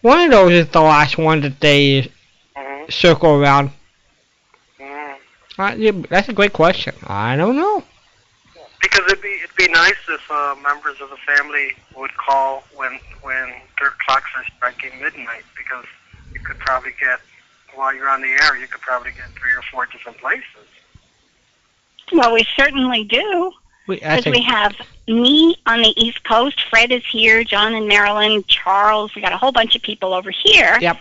[SPEAKER 3] One of those is the last one that they
[SPEAKER 4] Mm-hmm.
[SPEAKER 3] circle around.
[SPEAKER 4] Mm.
[SPEAKER 3] Uh, yeah, that's a great question. I don't know.
[SPEAKER 4] Because it'd be it'd be nice if uh, members of the family would call when when their clocks are striking midnight because you could probably get while you're on the air you could probably get three or four different places.
[SPEAKER 2] Well, we certainly do.
[SPEAKER 3] We, I
[SPEAKER 2] Because
[SPEAKER 3] think
[SPEAKER 2] we have me on the East Coast, Fred is here, John in Maryland, Charles. We got a whole bunch of people over here.
[SPEAKER 3] Yep.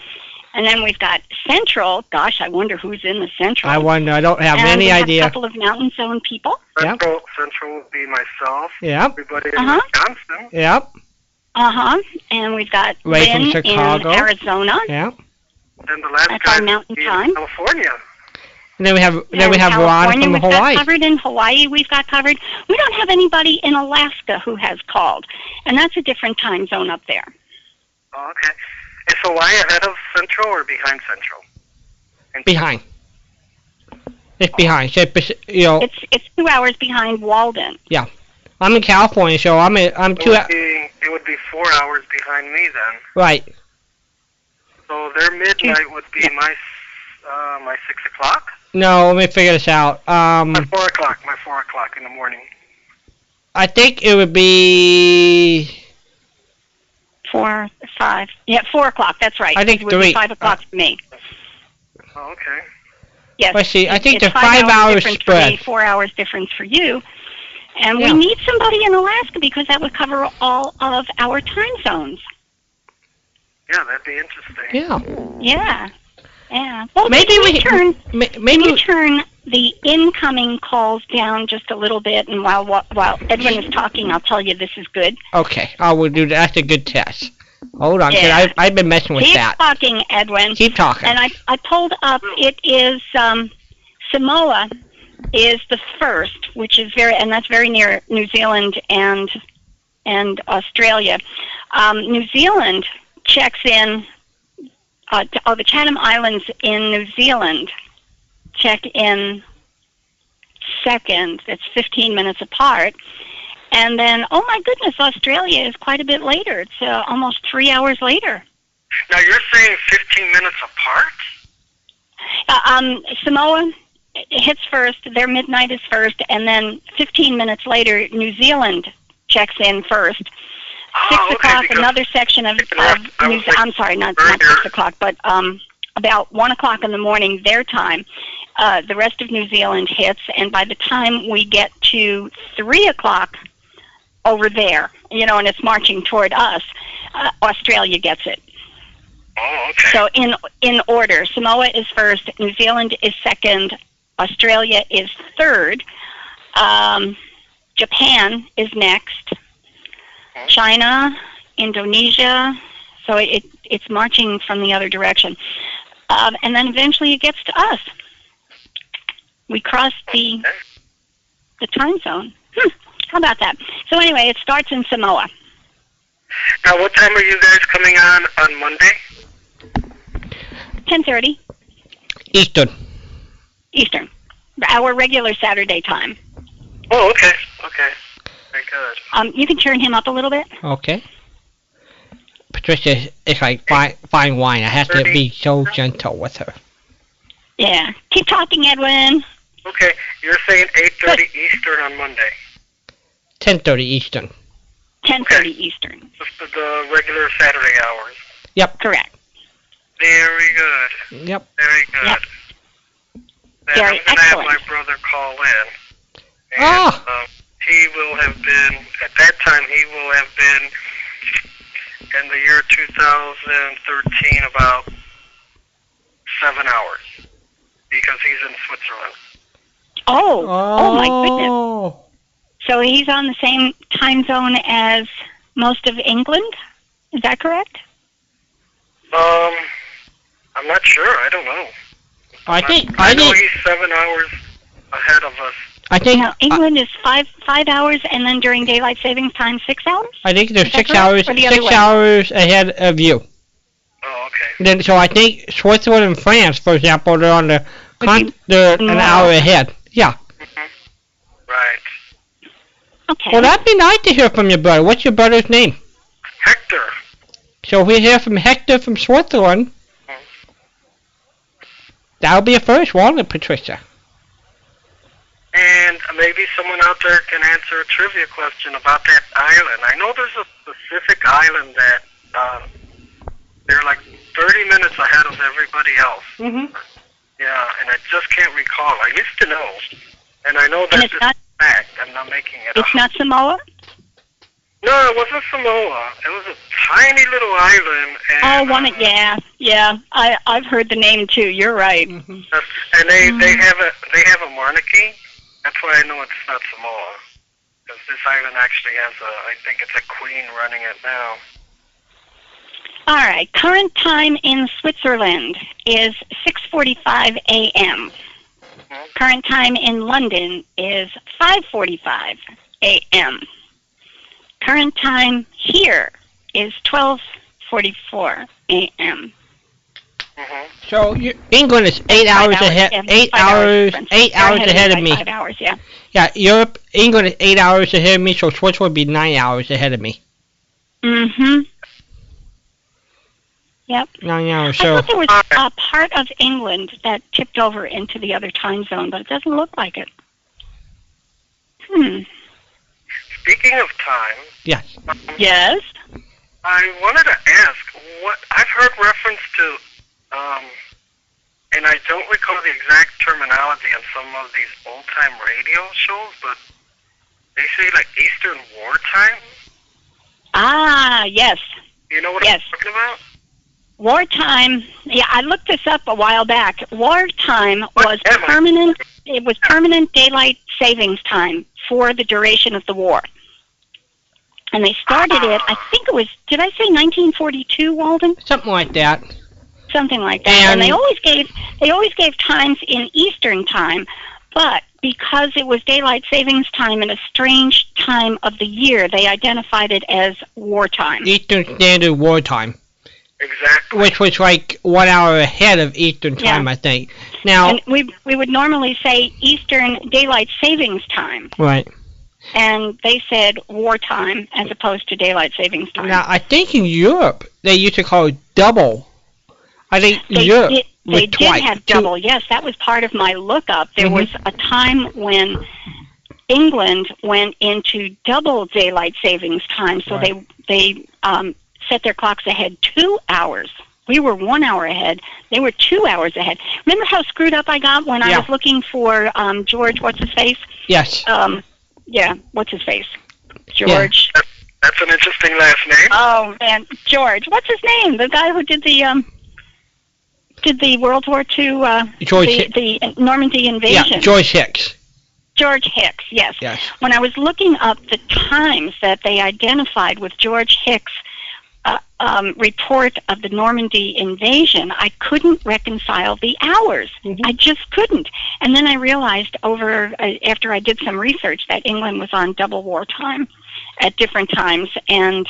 [SPEAKER 2] And then we've got Central. Gosh, I wonder who's in the Central.
[SPEAKER 3] I wonder. I don't have
[SPEAKER 2] and we
[SPEAKER 3] any
[SPEAKER 2] have
[SPEAKER 3] idea.
[SPEAKER 2] A couple of Mountain Zone people.
[SPEAKER 3] Yeah.
[SPEAKER 4] Central Central would be myself,
[SPEAKER 3] Yep.
[SPEAKER 4] everybody in
[SPEAKER 2] Uh-huh.
[SPEAKER 4] Wisconsin.
[SPEAKER 3] Yep.
[SPEAKER 2] Uh huh. And we've got
[SPEAKER 3] Ray from
[SPEAKER 2] Lynn
[SPEAKER 3] Chicago.
[SPEAKER 2] in Arizona.
[SPEAKER 3] Yep.
[SPEAKER 4] Then the last
[SPEAKER 2] That's
[SPEAKER 4] guy
[SPEAKER 2] on Mountain
[SPEAKER 4] would be
[SPEAKER 2] Time.
[SPEAKER 4] in California.
[SPEAKER 3] And then we have then we
[SPEAKER 2] In
[SPEAKER 3] have Ron
[SPEAKER 2] California,
[SPEAKER 3] from
[SPEAKER 2] we've
[SPEAKER 3] Hawaii.
[SPEAKER 2] Got covered in Hawaii, we've got covered. We don't have anybody in Alaska who has called, and that's a different time zone up there.
[SPEAKER 4] Oh, okay. Is Hawaii ahead of Central or behind Central?
[SPEAKER 3] Behind. It's behind. So, it's- you know,
[SPEAKER 2] It's it's two hours behind Walden.
[SPEAKER 3] I'm in California, so I'm in, I'm
[SPEAKER 4] It
[SPEAKER 3] two
[SPEAKER 4] would,
[SPEAKER 3] out,
[SPEAKER 4] be, it would be four hours behind me then.
[SPEAKER 3] right.
[SPEAKER 4] So their midnight would be my uh, my six o'clock,
[SPEAKER 3] No, let me figure this out. Um,
[SPEAKER 4] my four o'clock, my four o'clock in the morning.
[SPEAKER 3] I think it would be
[SPEAKER 2] Four, five. Yeah, four o'clock. That's right.
[SPEAKER 3] I think
[SPEAKER 2] it would be
[SPEAKER 3] three. Uh,
[SPEAKER 2] five o'clock for me.
[SPEAKER 4] Oh, okay.
[SPEAKER 2] Yes.
[SPEAKER 3] let's see, I think
[SPEAKER 2] it's
[SPEAKER 3] the five hours
[SPEAKER 2] difference for me,
[SPEAKER 3] spread.
[SPEAKER 2] four hours difference for you. And
[SPEAKER 3] Yeah.
[SPEAKER 2] we need somebody in Alaska because that would cover all of our time zones.
[SPEAKER 4] Yeah, that'd be interesting.
[SPEAKER 3] Yeah.
[SPEAKER 2] Yeah. Yeah. Well,
[SPEAKER 3] Maybe
[SPEAKER 2] can
[SPEAKER 3] we-
[SPEAKER 2] you turn.
[SPEAKER 3] Ma-
[SPEAKER 2] Can
[SPEAKER 3] Maybe
[SPEAKER 2] you turn the incoming calls down just a little bit? And while while Edwin is talking, I'll tell you this is good.
[SPEAKER 3] Okay, I will do that. That's a good test. Hold on, 'cause
[SPEAKER 2] Yeah.
[SPEAKER 3] I've, I've been messing with
[SPEAKER 2] Keep
[SPEAKER 3] that.
[SPEAKER 2] talking, Edwin.
[SPEAKER 3] Keep talking.
[SPEAKER 2] And I, I pulled up, it is um, Samoa is the first, which is very, and that's very near New Zealand and and Australia. Um, New Zealand checks in, uh, to, oh, the Chatham Islands in New Zealand check in second. It's 15 minutes apart. And then, oh my goodness, Australia is quite a bit later. It's uh, almost three hours later.
[SPEAKER 4] Now you're saying 15 minutes apart?
[SPEAKER 2] Uh, um, Samoa hits first. Their midnight is first, and then 15 minutes later, New Zealand checks in first. Six
[SPEAKER 4] Oh, okay,
[SPEAKER 2] o'clock,
[SPEAKER 4] because-
[SPEAKER 2] another section of,
[SPEAKER 4] I
[SPEAKER 2] of
[SPEAKER 4] was
[SPEAKER 2] New.
[SPEAKER 4] thinking
[SPEAKER 2] I'm sorry, not, not six
[SPEAKER 4] earlier.
[SPEAKER 2] o'clock, but um, about one o'clock in the morning their time. Uh, the rest of New Zealand hits, and by the time we get to three o'clock over there, you know, and it's marching toward us, uh, Australia gets it.
[SPEAKER 4] Oh, okay.
[SPEAKER 2] So in in order, Samoa is first, New Zealand is second, Australia is third, um, Japan is next, China, Indonesia. So it, it it's marching from the other direction, um, and then eventually it gets to us. We cross the the time zone. Hmm, how about that? So anyway, it starts in Samoa.
[SPEAKER 4] Now, what time are you guys coming on on Monday?
[SPEAKER 2] 10:30
[SPEAKER 3] Eastern.
[SPEAKER 2] Eastern, our regular Saturday time.
[SPEAKER 4] Oh, okay. Okay. Thank God.
[SPEAKER 2] Um, you can turn him up a little bit.
[SPEAKER 3] Okay. Patricia is like fine, fine wine. I have to be so gentle with her.
[SPEAKER 2] Yeah. Keep talking, Edwin.
[SPEAKER 4] Okay, you're saying 8.30 Eastern on Monday.
[SPEAKER 3] 10:30 Eastern.
[SPEAKER 2] 10:30 Eastern.
[SPEAKER 4] Just the, the regular Saturday hours.
[SPEAKER 3] Yep.
[SPEAKER 2] Correct.
[SPEAKER 4] Very good.
[SPEAKER 3] Yep.
[SPEAKER 4] Very good.
[SPEAKER 2] Yep.
[SPEAKER 4] Then
[SPEAKER 2] Very
[SPEAKER 4] I'm going to have
[SPEAKER 2] excellent.
[SPEAKER 4] my brother call in. And,
[SPEAKER 3] Ah.
[SPEAKER 4] um, he will have been, at that time, he will have been in the year 2013 about seven hours because he's in Switzerland.
[SPEAKER 2] Oh, oh my goodness.
[SPEAKER 3] Oh.
[SPEAKER 2] So he's on the same time zone as most of England. Is that correct?
[SPEAKER 4] Um, I'm not sure. I don't know.
[SPEAKER 3] I think
[SPEAKER 4] I,
[SPEAKER 3] I
[SPEAKER 4] know
[SPEAKER 3] think
[SPEAKER 4] he's seven hours ahead of us.
[SPEAKER 3] I think
[SPEAKER 2] No,
[SPEAKER 3] I,
[SPEAKER 2] England is five five hours, and then during daylight savings time, six hours.
[SPEAKER 3] I think they're
[SPEAKER 2] that
[SPEAKER 3] six
[SPEAKER 2] correct?
[SPEAKER 3] hours
[SPEAKER 2] Or the other
[SPEAKER 3] six
[SPEAKER 2] way?
[SPEAKER 3] hours ahead of you.
[SPEAKER 4] Oh, okay.
[SPEAKER 3] Then so I think Switzerland and France, for example, they're on the con- they're an
[SPEAKER 2] more.
[SPEAKER 3] hour ahead. Yeah.
[SPEAKER 4] Mm-hmm. Right.
[SPEAKER 2] Okay.
[SPEAKER 3] Well, that'd be nice to hear from your brother. What's your brother's name?
[SPEAKER 4] Hector.
[SPEAKER 3] So we hear from Hector from Switzerland. That'll be a first, won't it, Patricia?
[SPEAKER 4] And maybe someone out there can answer a trivia question about that island. I know there's a specific island that um, they're like 30 minutes ahead of everybody else.
[SPEAKER 3] Mm-hmm.
[SPEAKER 4] Yeah, and I just can't recall. I used to know, and I know
[SPEAKER 2] and
[SPEAKER 4] that
[SPEAKER 2] it's not
[SPEAKER 4] a fact. I'm not making it up.
[SPEAKER 2] it's not Samoa.
[SPEAKER 4] No, it wasn't Samoa. It was a tiny little island.
[SPEAKER 2] Oh,
[SPEAKER 4] And,
[SPEAKER 2] one.
[SPEAKER 4] uh,
[SPEAKER 2] of- Yeah, yeah. I I've heard the name too. You're right.
[SPEAKER 3] Mm-hmm.
[SPEAKER 4] And they they have a they have a monarchy. That's why I know it's not Samoa, because this island actually has a I think it's a queen running it now.
[SPEAKER 2] All right. Current time in Switzerland is 6:45 a.m. Current time in London is 5:45 a.m. Current time here is 12:44 a.m.
[SPEAKER 4] hmm
[SPEAKER 3] So you, England is eight
[SPEAKER 2] Five
[SPEAKER 3] hours ahead.
[SPEAKER 2] yeah,
[SPEAKER 3] Eight
[SPEAKER 2] five
[SPEAKER 3] hours.
[SPEAKER 2] difference.
[SPEAKER 3] Eight
[SPEAKER 2] They're
[SPEAKER 3] hours
[SPEAKER 2] us
[SPEAKER 3] ahead of
[SPEAKER 2] by
[SPEAKER 3] me.
[SPEAKER 2] Five hours, yeah.
[SPEAKER 3] Yeah, Europe. England is eight hours ahead of me. So Switzerland would be nine hours ahead of me.
[SPEAKER 2] Mm-hmm. Yep.
[SPEAKER 3] Nine hours.
[SPEAKER 2] I
[SPEAKER 3] So
[SPEAKER 2] thought there was a part of England that tipped over into the other time zone, but it doesn't look like it. Hmm.
[SPEAKER 4] Speaking of time,
[SPEAKER 3] yes.
[SPEAKER 2] Yes.
[SPEAKER 4] I wanted to ask what I've heard reference to, um, and I don't recall the exact terminology on some of these old time radio shows, but they say like Eastern War time.
[SPEAKER 2] Ah, yes.
[SPEAKER 4] You know what
[SPEAKER 2] Yes.
[SPEAKER 4] I'm talking about?
[SPEAKER 2] Wartime. Yeah, I looked this up a while back. Wartime was
[SPEAKER 4] Whatever.
[SPEAKER 2] permanent. It was permanent daylight savings time for the duration of the war. And they started it. I think it was. Did I say 1942, Walden?
[SPEAKER 3] Something like that.
[SPEAKER 2] Something like that. And,
[SPEAKER 3] And-
[SPEAKER 2] they always gave they always gave times in Eastern time, but because it was daylight savings time and a strange time of the year, they identified it as wartime.
[SPEAKER 3] Eastern Standard War Time,
[SPEAKER 4] Exactly.
[SPEAKER 3] which was like one hour ahead of Eastern
[SPEAKER 2] Yeah.
[SPEAKER 3] Time, I think. Now,
[SPEAKER 2] And we we would normally say Eastern Daylight Savings Time,
[SPEAKER 3] right.
[SPEAKER 2] and they said wartime as opposed to daylight savings time.
[SPEAKER 3] Now, I think in Europe they used to call it double. I think
[SPEAKER 2] they
[SPEAKER 3] Europe.
[SPEAKER 2] did- They
[SPEAKER 3] With
[SPEAKER 2] did
[SPEAKER 3] twice,
[SPEAKER 2] have
[SPEAKER 3] two-
[SPEAKER 2] double. Yes, that was part of my lookup. There
[SPEAKER 3] Mhm.
[SPEAKER 2] was a time when England went into double daylight savings time, so
[SPEAKER 3] Right.
[SPEAKER 2] they they um, set their clocks ahead two hours. We were one hour ahead. They were two hours ahead. Remember how screwed up I got when I
[SPEAKER 3] Yeah.
[SPEAKER 2] was looking for um, George? What's his face?
[SPEAKER 3] Yes.
[SPEAKER 2] Um, yeah, what's his face? George.
[SPEAKER 4] That's an interesting last name.
[SPEAKER 2] Oh man, George. What's his name? The guy who did the um did the World War II uh
[SPEAKER 3] George
[SPEAKER 2] the,
[SPEAKER 3] Hicks.
[SPEAKER 2] the Normandy invasion.
[SPEAKER 3] Yeah, George Hicks.
[SPEAKER 2] George Hicks, yes.
[SPEAKER 3] Yes.
[SPEAKER 2] When I was looking up the times that they identified with George Hicks' uh, um, report of the Normandy invasion, I couldn't reconcile the hours. I just couldn't. And then I realized over uh, after I did some research that England was on double war time at different times, and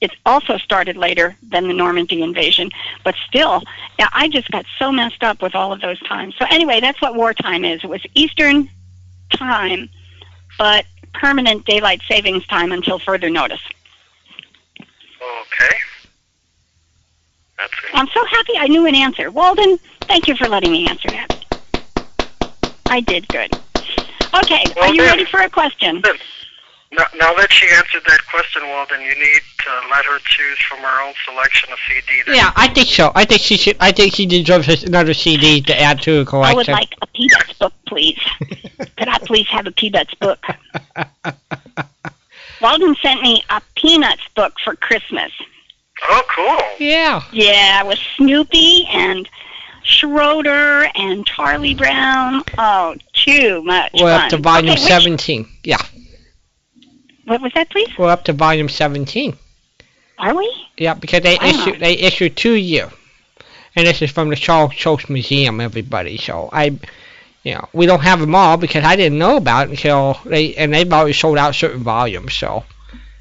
[SPEAKER 2] it also started later than the Normandy invasion. But still, yeah, I just got so messed up with all of those times. So anyway, that's what wartime is. It was Eastern time, but permanent daylight savings time until further notice.
[SPEAKER 4] Okay. That's it.
[SPEAKER 2] I'm so happy I knew an answer. Walden, thank you for letting me answer that. I did good. Okay, are you
[SPEAKER 4] Walden.
[SPEAKER 2] ready for a question?
[SPEAKER 4] Now, now that she answered that question, well, then you need to let her choose from her own selection of CD. Then.
[SPEAKER 3] Yeah, I think so. I think she should. I think she deserves us another CD to add to her
[SPEAKER 2] I would
[SPEAKER 3] collection.
[SPEAKER 2] like a Peanuts book, please. Could I please have a Peanuts book? Walden sent me a Peanuts book for Christmas.
[SPEAKER 4] Oh, cool.
[SPEAKER 3] yeah.
[SPEAKER 2] Yeah, with Snoopy and Schroeder and Charlie Brown. Oh, too much
[SPEAKER 3] We're
[SPEAKER 2] fun.
[SPEAKER 3] up to volume
[SPEAKER 2] Okay, which-
[SPEAKER 3] 17. Yeah,
[SPEAKER 2] What was that, please?
[SPEAKER 3] we're up to volume 17.
[SPEAKER 2] Are we?
[SPEAKER 3] Yeah, because they
[SPEAKER 2] Wow.
[SPEAKER 3] issue they issue two year, and this is from the Charles Schultz Museum, everybody. So I, you know, we don't have them all because I didn't know about it until they and they've already sold out certain volumes. So,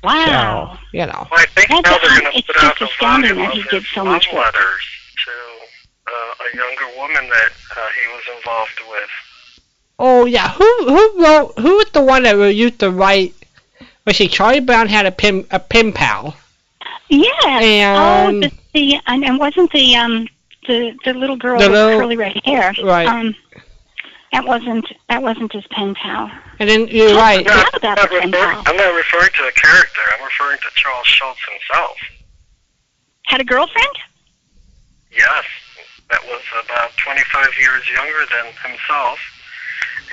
[SPEAKER 2] Ah. Wow.
[SPEAKER 3] so you know,
[SPEAKER 4] Well, I think
[SPEAKER 2] That's
[SPEAKER 4] now they're
[SPEAKER 2] a-
[SPEAKER 4] going to
[SPEAKER 2] it's
[SPEAKER 4] put out the
[SPEAKER 2] just astounding
[SPEAKER 4] volume
[SPEAKER 2] that he
[SPEAKER 4] of
[SPEAKER 2] did
[SPEAKER 4] his
[SPEAKER 2] so
[SPEAKER 4] love
[SPEAKER 2] much work.
[SPEAKER 4] letters to uh, a younger woman that uh, he was involved with.
[SPEAKER 3] oh yeah, who who wrote who was the one that used to write? Let's see, Charlie Brown had a pin a pen pal.
[SPEAKER 2] Yeah.
[SPEAKER 3] And-
[SPEAKER 2] oh, the, the and, and wasn't the um the the little girl
[SPEAKER 3] The
[SPEAKER 2] with
[SPEAKER 3] little-
[SPEAKER 2] curly red hair?
[SPEAKER 3] Right.
[SPEAKER 2] Um, that wasn't that wasn't his pen pal.
[SPEAKER 3] And then you're
[SPEAKER 2] I
[SPEAKER 3] right.
[SPEAKER 2] forgot about
[SPEAKER 4] I'm
[SPEAKER 2] the pen
[SPEAKER 4] not, referring,
[SPEAKER 2] pal.
[SPEAKER 4] I'm not referring to the character. I'm referring to Charles Schultz himself.
[SPEAKER 2] Had a girlfriend?
[SPEAKER 4] Yes, that was about 25 years younger than himself,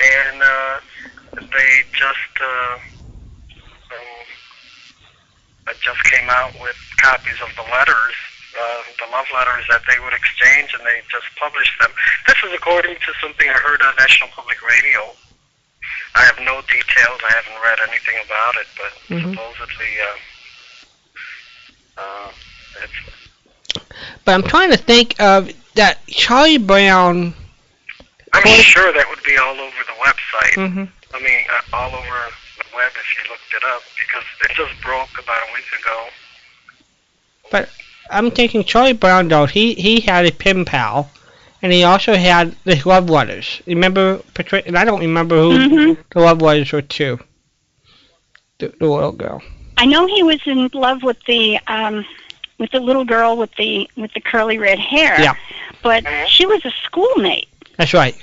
[SPEAKER 4] and uh, they just uh, um, uh, just came out with copies of the letters, uh, the love letters that they would exchange, and they just published them. This is according to something I heard on National Public Radio. I have no details. I haven't read anything about it, but
[SPEAKER 3] Mhm.
[SPEAKER 4] supposedly, uh, uh, it's,
[SPEAKER 3] But I'm trying to think of that Charlie Brown.
[SPEAKER 4] I'm
[SPEAKER 3] Well-
[SPEAKER 4] sure that would be all over the website.
[SPEAKER 3] Mm-hmm.
[SPEAKER 4] I mean, uh, all over the web if you looked it up because it just broke about a week ago.
[SPEAKER 3] I'm thinking Charlie Brown though. He he had a pen pal, and he also had his love letters. Remember, Patricia? And I don't remember who
[SPEAKER 2] Mm-hmm.
[SPEAKER 3] the love letters were to. The, the little girl.
[SPEAKER 2] I know he was in love with the um with the little girl with the with the curly red hair.
[SPEAKER 3] Yeah.
[SPEAKER 2] But
[SPEAKER 4] Mhm.
[SPEAKER 2] she was a schoolmate.
[SPEAKER 3] That's right.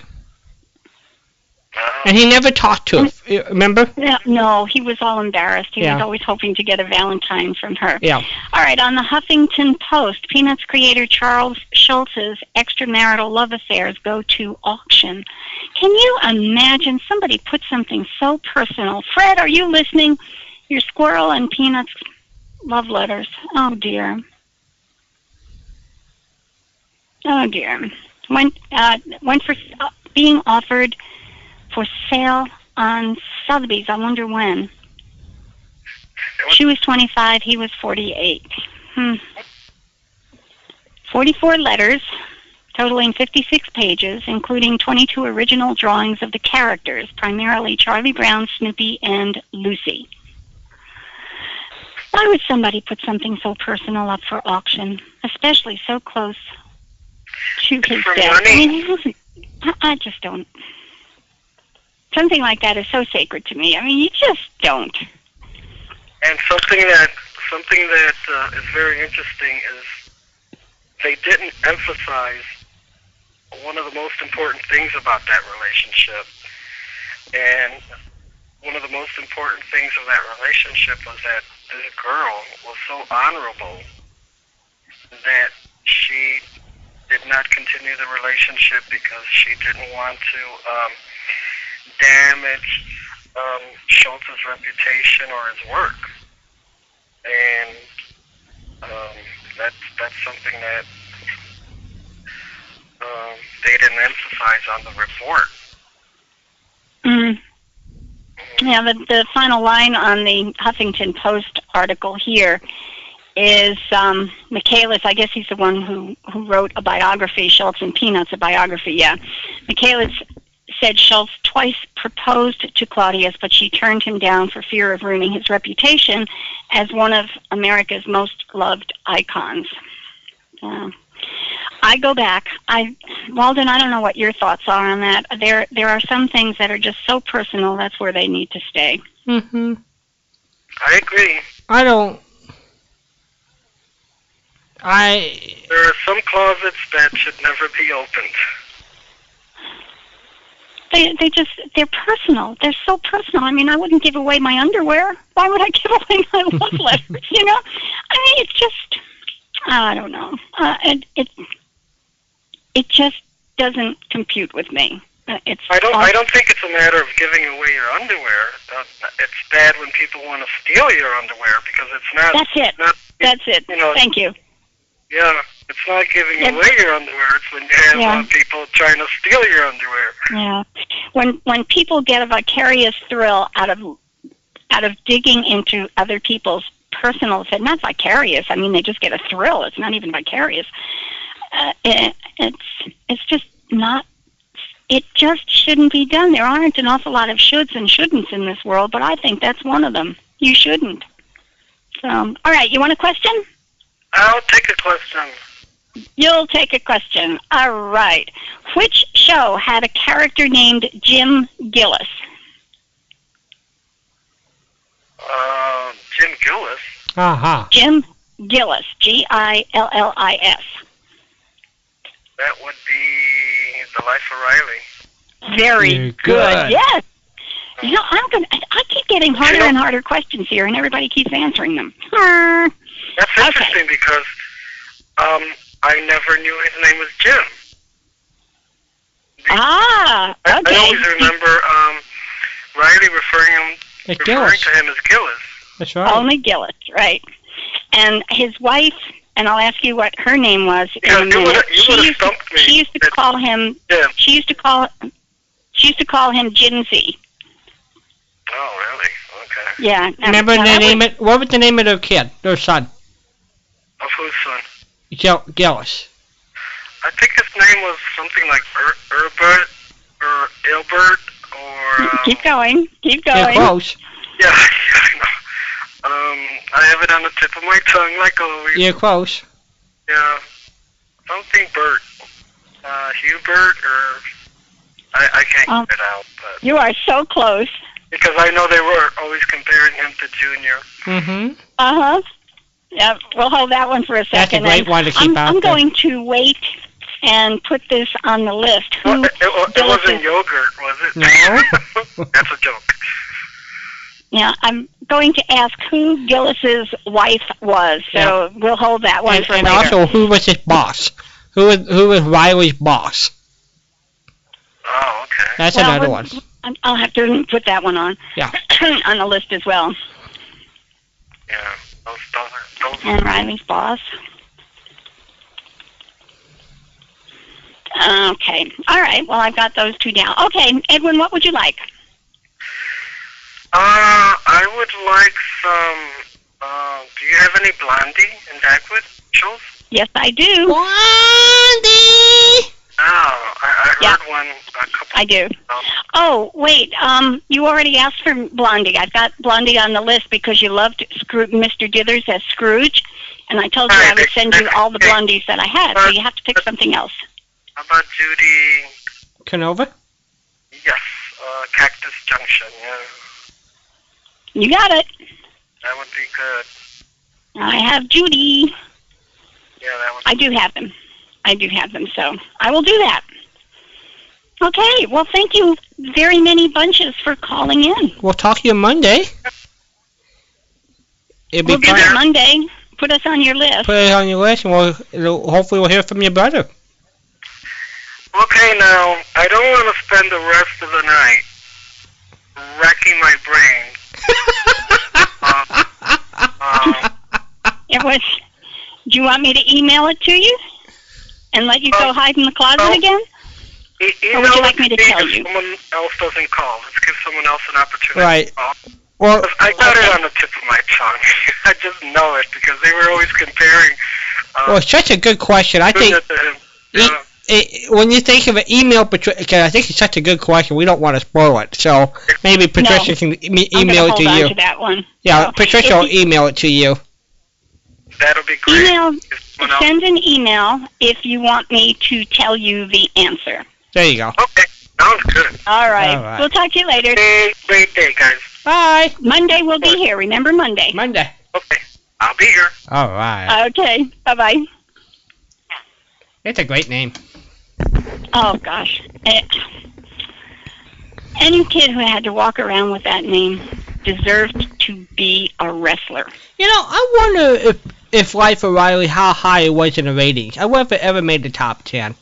[SPEAKER 4] Uh,
[SPEAKER 3] And he never talked to her. You Remember?
[SPEAKER 2] No, no, he was all embarrassed. He was
[SPEAKER 3] Yeah.
[SPEAKER 2] always hoping to get a Valentine from her.
[SPEAKER 3] Yeah.
[SPEAKER 2] All right, on the Huffington Post, Peanuts creator Charles Schultz's extramarital love affairs go to auction. Can you imagine somebody put something so personal? Fred, are you listening? Your squirrel and Peanuts love letters. Oh dear. Oh dear. Went uh, went for uh, being offered for sale on Sotheby's. I wonder when. She was 25, he was 48. Hmm. 44 letters, totaling 56 pages, including 22 original drawings of the characters, primarily Charlie Brown, Snoopy, and Lucy. Why would somebody put something so personal up for auction, especially so close to his
[SPEAKER 4] For
[SPEAKER 2] death? I
[SPEAKER 4] money.
[SPEAKER 2] mean, he wasn't- I- I just don't. Something like that is so sacred to me. I mean, you just don't.
[SPEAKER 4] and something that something that uh, is very interesting is they didn't emphasize one of the most important things about that relationship. And one of the most important things of that relationship was that this girl was so honorable that she did not continue the relationship because she didn't want to um, damage um, Schultz's reputation or his work. And um, that's that's something that um, they didn't emphasize on the report.
[SPEAKER 2] Mm. Yeah, the, the final line on the Huffington Post article here is um, Michaelis. I guess he's the one who, who wrote a biography, Schultz and Peanuts, a biography, yeah. Michaelis said Schultz twice proposed to Claudius, but she turned him down for fear of ruining his reputation as one of America's most loved icons. Yeah. I go back. I Walden, I don't know what your thoughts are on that. There there are some things that are just so personal, that's where they need to stay. Mm-hmm.
[SPEAKER 3] hmm
[SPEAKER 4] I agree.
[SPEAKER 3] I don't. I
[SPEAKER 4] There are some closets that should never be opened.
[SPEAKER 2] They they just they're personal. They're so personal. I mean, I wouldn't give away my underwear. Why would I give away my love letters, you know? I mean, it's just I don't know. Uh, it it it just doesn't compute with me. Uh, It's
[SPEAKER 4] I don't.
[SPEAKER 2] all-
[SPEAKER 4] I don't think it's a matter of giving away your underwear. Uh, it's bad when people want to steal your underwear because it's not.
[SPEAKER 2] That's it.
[SPEAKER 4] Not,
[SPEAKER 2] That's it.
[SPEAKER 4] You know,
[SPEAKER 2] Thank you.
[SPEAKER 4] yeah, it's not giving
[SPEAKER 2] Yeah.
[SPEAKER 4] away your underwear. It's when you have
[SPEAKER 2] Yeah.
[SPEAKER 4] uh, people trying to steal your underwear.
[SPEAKER 2] Yeah. When when people get a vicarious thrill out of out of digging into other people's personal affairs, not vicarious. I mean, they just get a thrill. It's not even vicarious. Uh, it, it's it's just not. It just shouldn't be done. There aren't an awful lot of shoulds and shouldn'ts in this world, but I think that's one of them. You shouldn't. So, all right. You want a question?
[SPEAKER 4] I'll take a question.
[SPEAKER 2] You'll take a question. All right. Which show had a character named Jim Gillis?
[SPEAKER 4] Uh, Jim Gillis.
[SPEAKER 3] aha.
[SPEAKER 2] Jim Gillis, G I L L I S.
[SPEAKER 4] That would be the Life of Riley.
[SPEAKER 2] Very
[SPEAKER 3] Very
[SPEAKER 2] good.
[SPEAKER 3] good.
[SPEAKER 2] Yes. You know, I'm gonna. I keep getting harder and harder questions here, and everybody keeps answering them. Hmm.
[SPEAKER 4] That's
[SPEAKER 2] Okay.
[SPEAKER 4] interesting because um, I never knew his name was Jim.
[SPEAKER 2] Ah.
[SPEAKER 4] I,
[SPEAKER 2] Okay.
[SPEAKER 4] I always remember um, Riley referring him
[SPEAKER 3] It
[SPEAKER 4] referring
[SPEAKER 3] kills.
[SPEAKER 4] to him as Gillis.
[SPEAKER 3] That's right.
[SPEAKER 2] Only Gillis, right? And his wife, and I'll ask you what her name was
[SPEAKER 4] Yeah,
[SPEAKER 2] in a
[SPEAKER 4] you
[SPEAKER 2] minute.
[SPEAKER 4] would've- you
[SPEAKER 2] she,
[SPEAKER 4] would've
[SPEAKER 2] used to,
[SPEAKER 4] stumped me.
[SPEAKER 2] she used to
[SPEAKER 4] That-
[SPEAKER 2] call him
[SPEAKER 4] Yeah.
[SPEAKER 2] She used to call she used to call him Jinsey.
[SPEAKER 4] Oh, really? Okay.
[SPEAKER 2] Yeah.
[SPEAKER 3] Remember
[SPEAKER 2] now
[SPEAKER 3] the
[SPEAKER 2] that
[SPEAKER 3] name?
[SPEAKER 2] was-
[SPEAKER 3] Of, what was the name of their kid? Their son,
[SPEAKER 4] Of whose son?
[SPEAKER 3] Gil- Gillis.
[SPEAKER 4] I think his name was something like Er- Herbert or Ilbert or. Um,
[SPEAKER 2] Keep going. Keep
[SPEAKER 3] They're
[SPEAKER 2] going.
[SPEAKER 3] close.
[SPEAKER 4] Yeah, I know. Um, I have it on the tip of my tongue, like always.
[SPEAKER 3] You're close.
[SPEAKER 4] Yeah. Something Bert. Uh, Hubert or. I, I can't
[SPEAKER 2] Um,
[SPEAKER 4] get it out, but.
[SPEAKER 2] You are so close.
[SPEAKER 4] Because I know they were always comparing him to Junior.
[SPEAKER 3] Mm-hmm.
[SPEAKER 2] Uh huh. Yeah, we'll hold that one for a
[SPEAKER 3] That's a
[SPEAKER 2] second.
[SPEAKER 3] great
[SPEAKER 2] and
[SPEAKER 3] one to keep
[SPEAKER 2] I'm,
[SPEAKER 3] out
[SPEAKER 2] I'm
[SPEAKER 3] there.
[SPEAKER 2] going to wait and put this on the list.
[SPEAKER 4] Well,
[SPEAKER 2] Who
[SPEAKER 4] it, it, wa- it
[SPEAKER 2] Gillis
[SPEAKER 4] wasn't
[SPEAKER 2] is-
[SPEAKER 4] yogurt, was it?
[SPEAKER 3] No.
[SPEAKER 4] That's a joke.
[SPEAKER 2] Yeah, I'm going to ask who Gillis's wife was. So we'll hold that one
[SPEAKER 3] And,
[SPEAKER 2] for
[SPEAKER 3] and
[SPEAKER 2] later.
[SPEAKER 3] also, who was his boss? Who was who was Riley's boss?
[SPEAKER 4] Oh, okay.
[SPEAKER 3] That's
[SPEAKER 2] Well,
[SPEAKER 3] another
[SPEAKER 2] we're-
[SPEAKER 3] one.
[SPEAKER 2] I'm- I'll have to put that one on.
[SPEAKER 3] Yeah.
[SPEAKER 2] on the list as well.
[SPEAKER 4] Yeah, those, those, are- those
[SPEAKER 2] and Riley's boss. Okay. All right. Well, I've got those two down. Okay, Edwin, what would you like?
[SPEAKER 4] Uh, I would like some. Uh, do you have any Blondie in Dagwood, Jules?
[SPEAKER 2] Yes, I do.
[SPEAKER 4] Oh, I, I
[SPEAKER 2] Yeah.
[SPEAKER 4] heard one a couple.
[SPEAKER 2] I do.
[SPEAKER 4] Um,
[SPEAKER 2] Oh, wait. Um, you already asked for Blondie. I've got Blondie on the list because you loved Scroo- Mr. Dithers as Scrooge, and I told you I would send you all the Blondies that I had. So you have to pick something else.
[SPEAKER 4] how about Judy?
[SPEAKER 3] Canova.
[SPEAKER 4] Yes, uh, Cactus Junction. Yeah,
[SPEAKER 2] You got it.
[SPEAKER 4] that would be good.
[SPEAKER 2] I have Judy.
[SPEAKER 4] Yeah, that would.
[SPEAKER 2] I do have them. I do have them. So I will do that. Okay. Well, thank you very many bunches for calling in.
[SPEAKER 3] We'll talk to you Monday. It'd be
[SPEAKER 2] We'll be
[SPEAKER 3] fun.
[SPEAKER 2] there Monday. Put us on your list.
[SPEAKER 3] Put it on your list, and we'll it'll- hopefully we'll hear from your brother.
[SPEAKER 4] Okay, now, I don't want to spend the rest of the night wrecking my brain.
[SPEAKER 2] It was. Do you want me to email it to you and let you go
[SPEAKER 4] Uh,
[SPEAKER 2] hide in the closet
[SPEAKER 4] no.
[SPEAKER 2] again?
[SPEAKER 4] E-
[SPEAKER 2] Or would you like me to
[SPEAKER 4] email it
[SPEAKER 2] tell
[SPEAKER 4] if
[SPEAKER 2] you?
[SPEAKER 4] Someone else doesn't call. Let's give someone else an opportunity.
[SPEAKER 3] Right.
[SPEAKER 4] To call.
[SPEAKER 3] well,
[SPEAKER 4] I got it on the tip of my tongue. I just know it because they were always comparing. Uh,
[SPEAKER 3] well, it's such a good question. I think
[SPEAKER 4] Buddha to him.
[SPEAKER 3] E-
[SPEAKER 4] Yeah.
[SPEAKER 3] it, when you think of an email, Patricia, I think it's such a good question. We don't want to spoil it, so maybe Patricia can e-
[SPEAKER 2] I'm gonna
[SPEAKER 3] email it
[SPEAKER 2] hold
[SPEAKER 3] to
[SPEAKER 2] on
[SPEAKER 3] you.
[SPEAKER 2] to that one.
[SPEAKER 3] yeah,
[SPEAKER 2] No.
[SPEAKER 3] Patricia
[SPEAKER 2] If
[SPEAKER 3] will email it to you.
[SPEAKER 4] That'll be great.
[SPEAKER 2] Email.
[SPEAKER 4] If someone else-
[SPEAKER 2] Send an email if you want me to tell you the answer.
[SPEAKER 3] There you go.
[SPEAKER 4] Okay, sounds good.
[SPEAKER 2] All right.
[SPEAKER 3] All right.
[SPEAKER 2] We'll talk to you later.
[SPEAKER 4] Hey, great day, guys.
[SPEAKER 3] Bye.
[SPEAKER 2] Monday we'll be here. Remember Monday.
[SPEAKER 3] Monday. Uh,
[SPEAKER 4] Okay, I'll be here.
[SPEAKER 3] All right.
[SPEAKER 2] Okay. Bye bye.
[SPEAKER 3] It's a great name.
[SPEAKER 2] Oh gosh. Eh, Any kid who had to walk around with that name deserved to be a wrestler.
[SPEAKER 3] You know, I wonder if if Life O'Reilly how high it was in the ratings. I wonder if it ever made the top ten.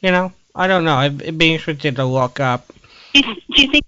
[SPEAKER 3] You know, I don't know. I'd, it'd be interesting to look up.
[SPEAKER 2] Do you think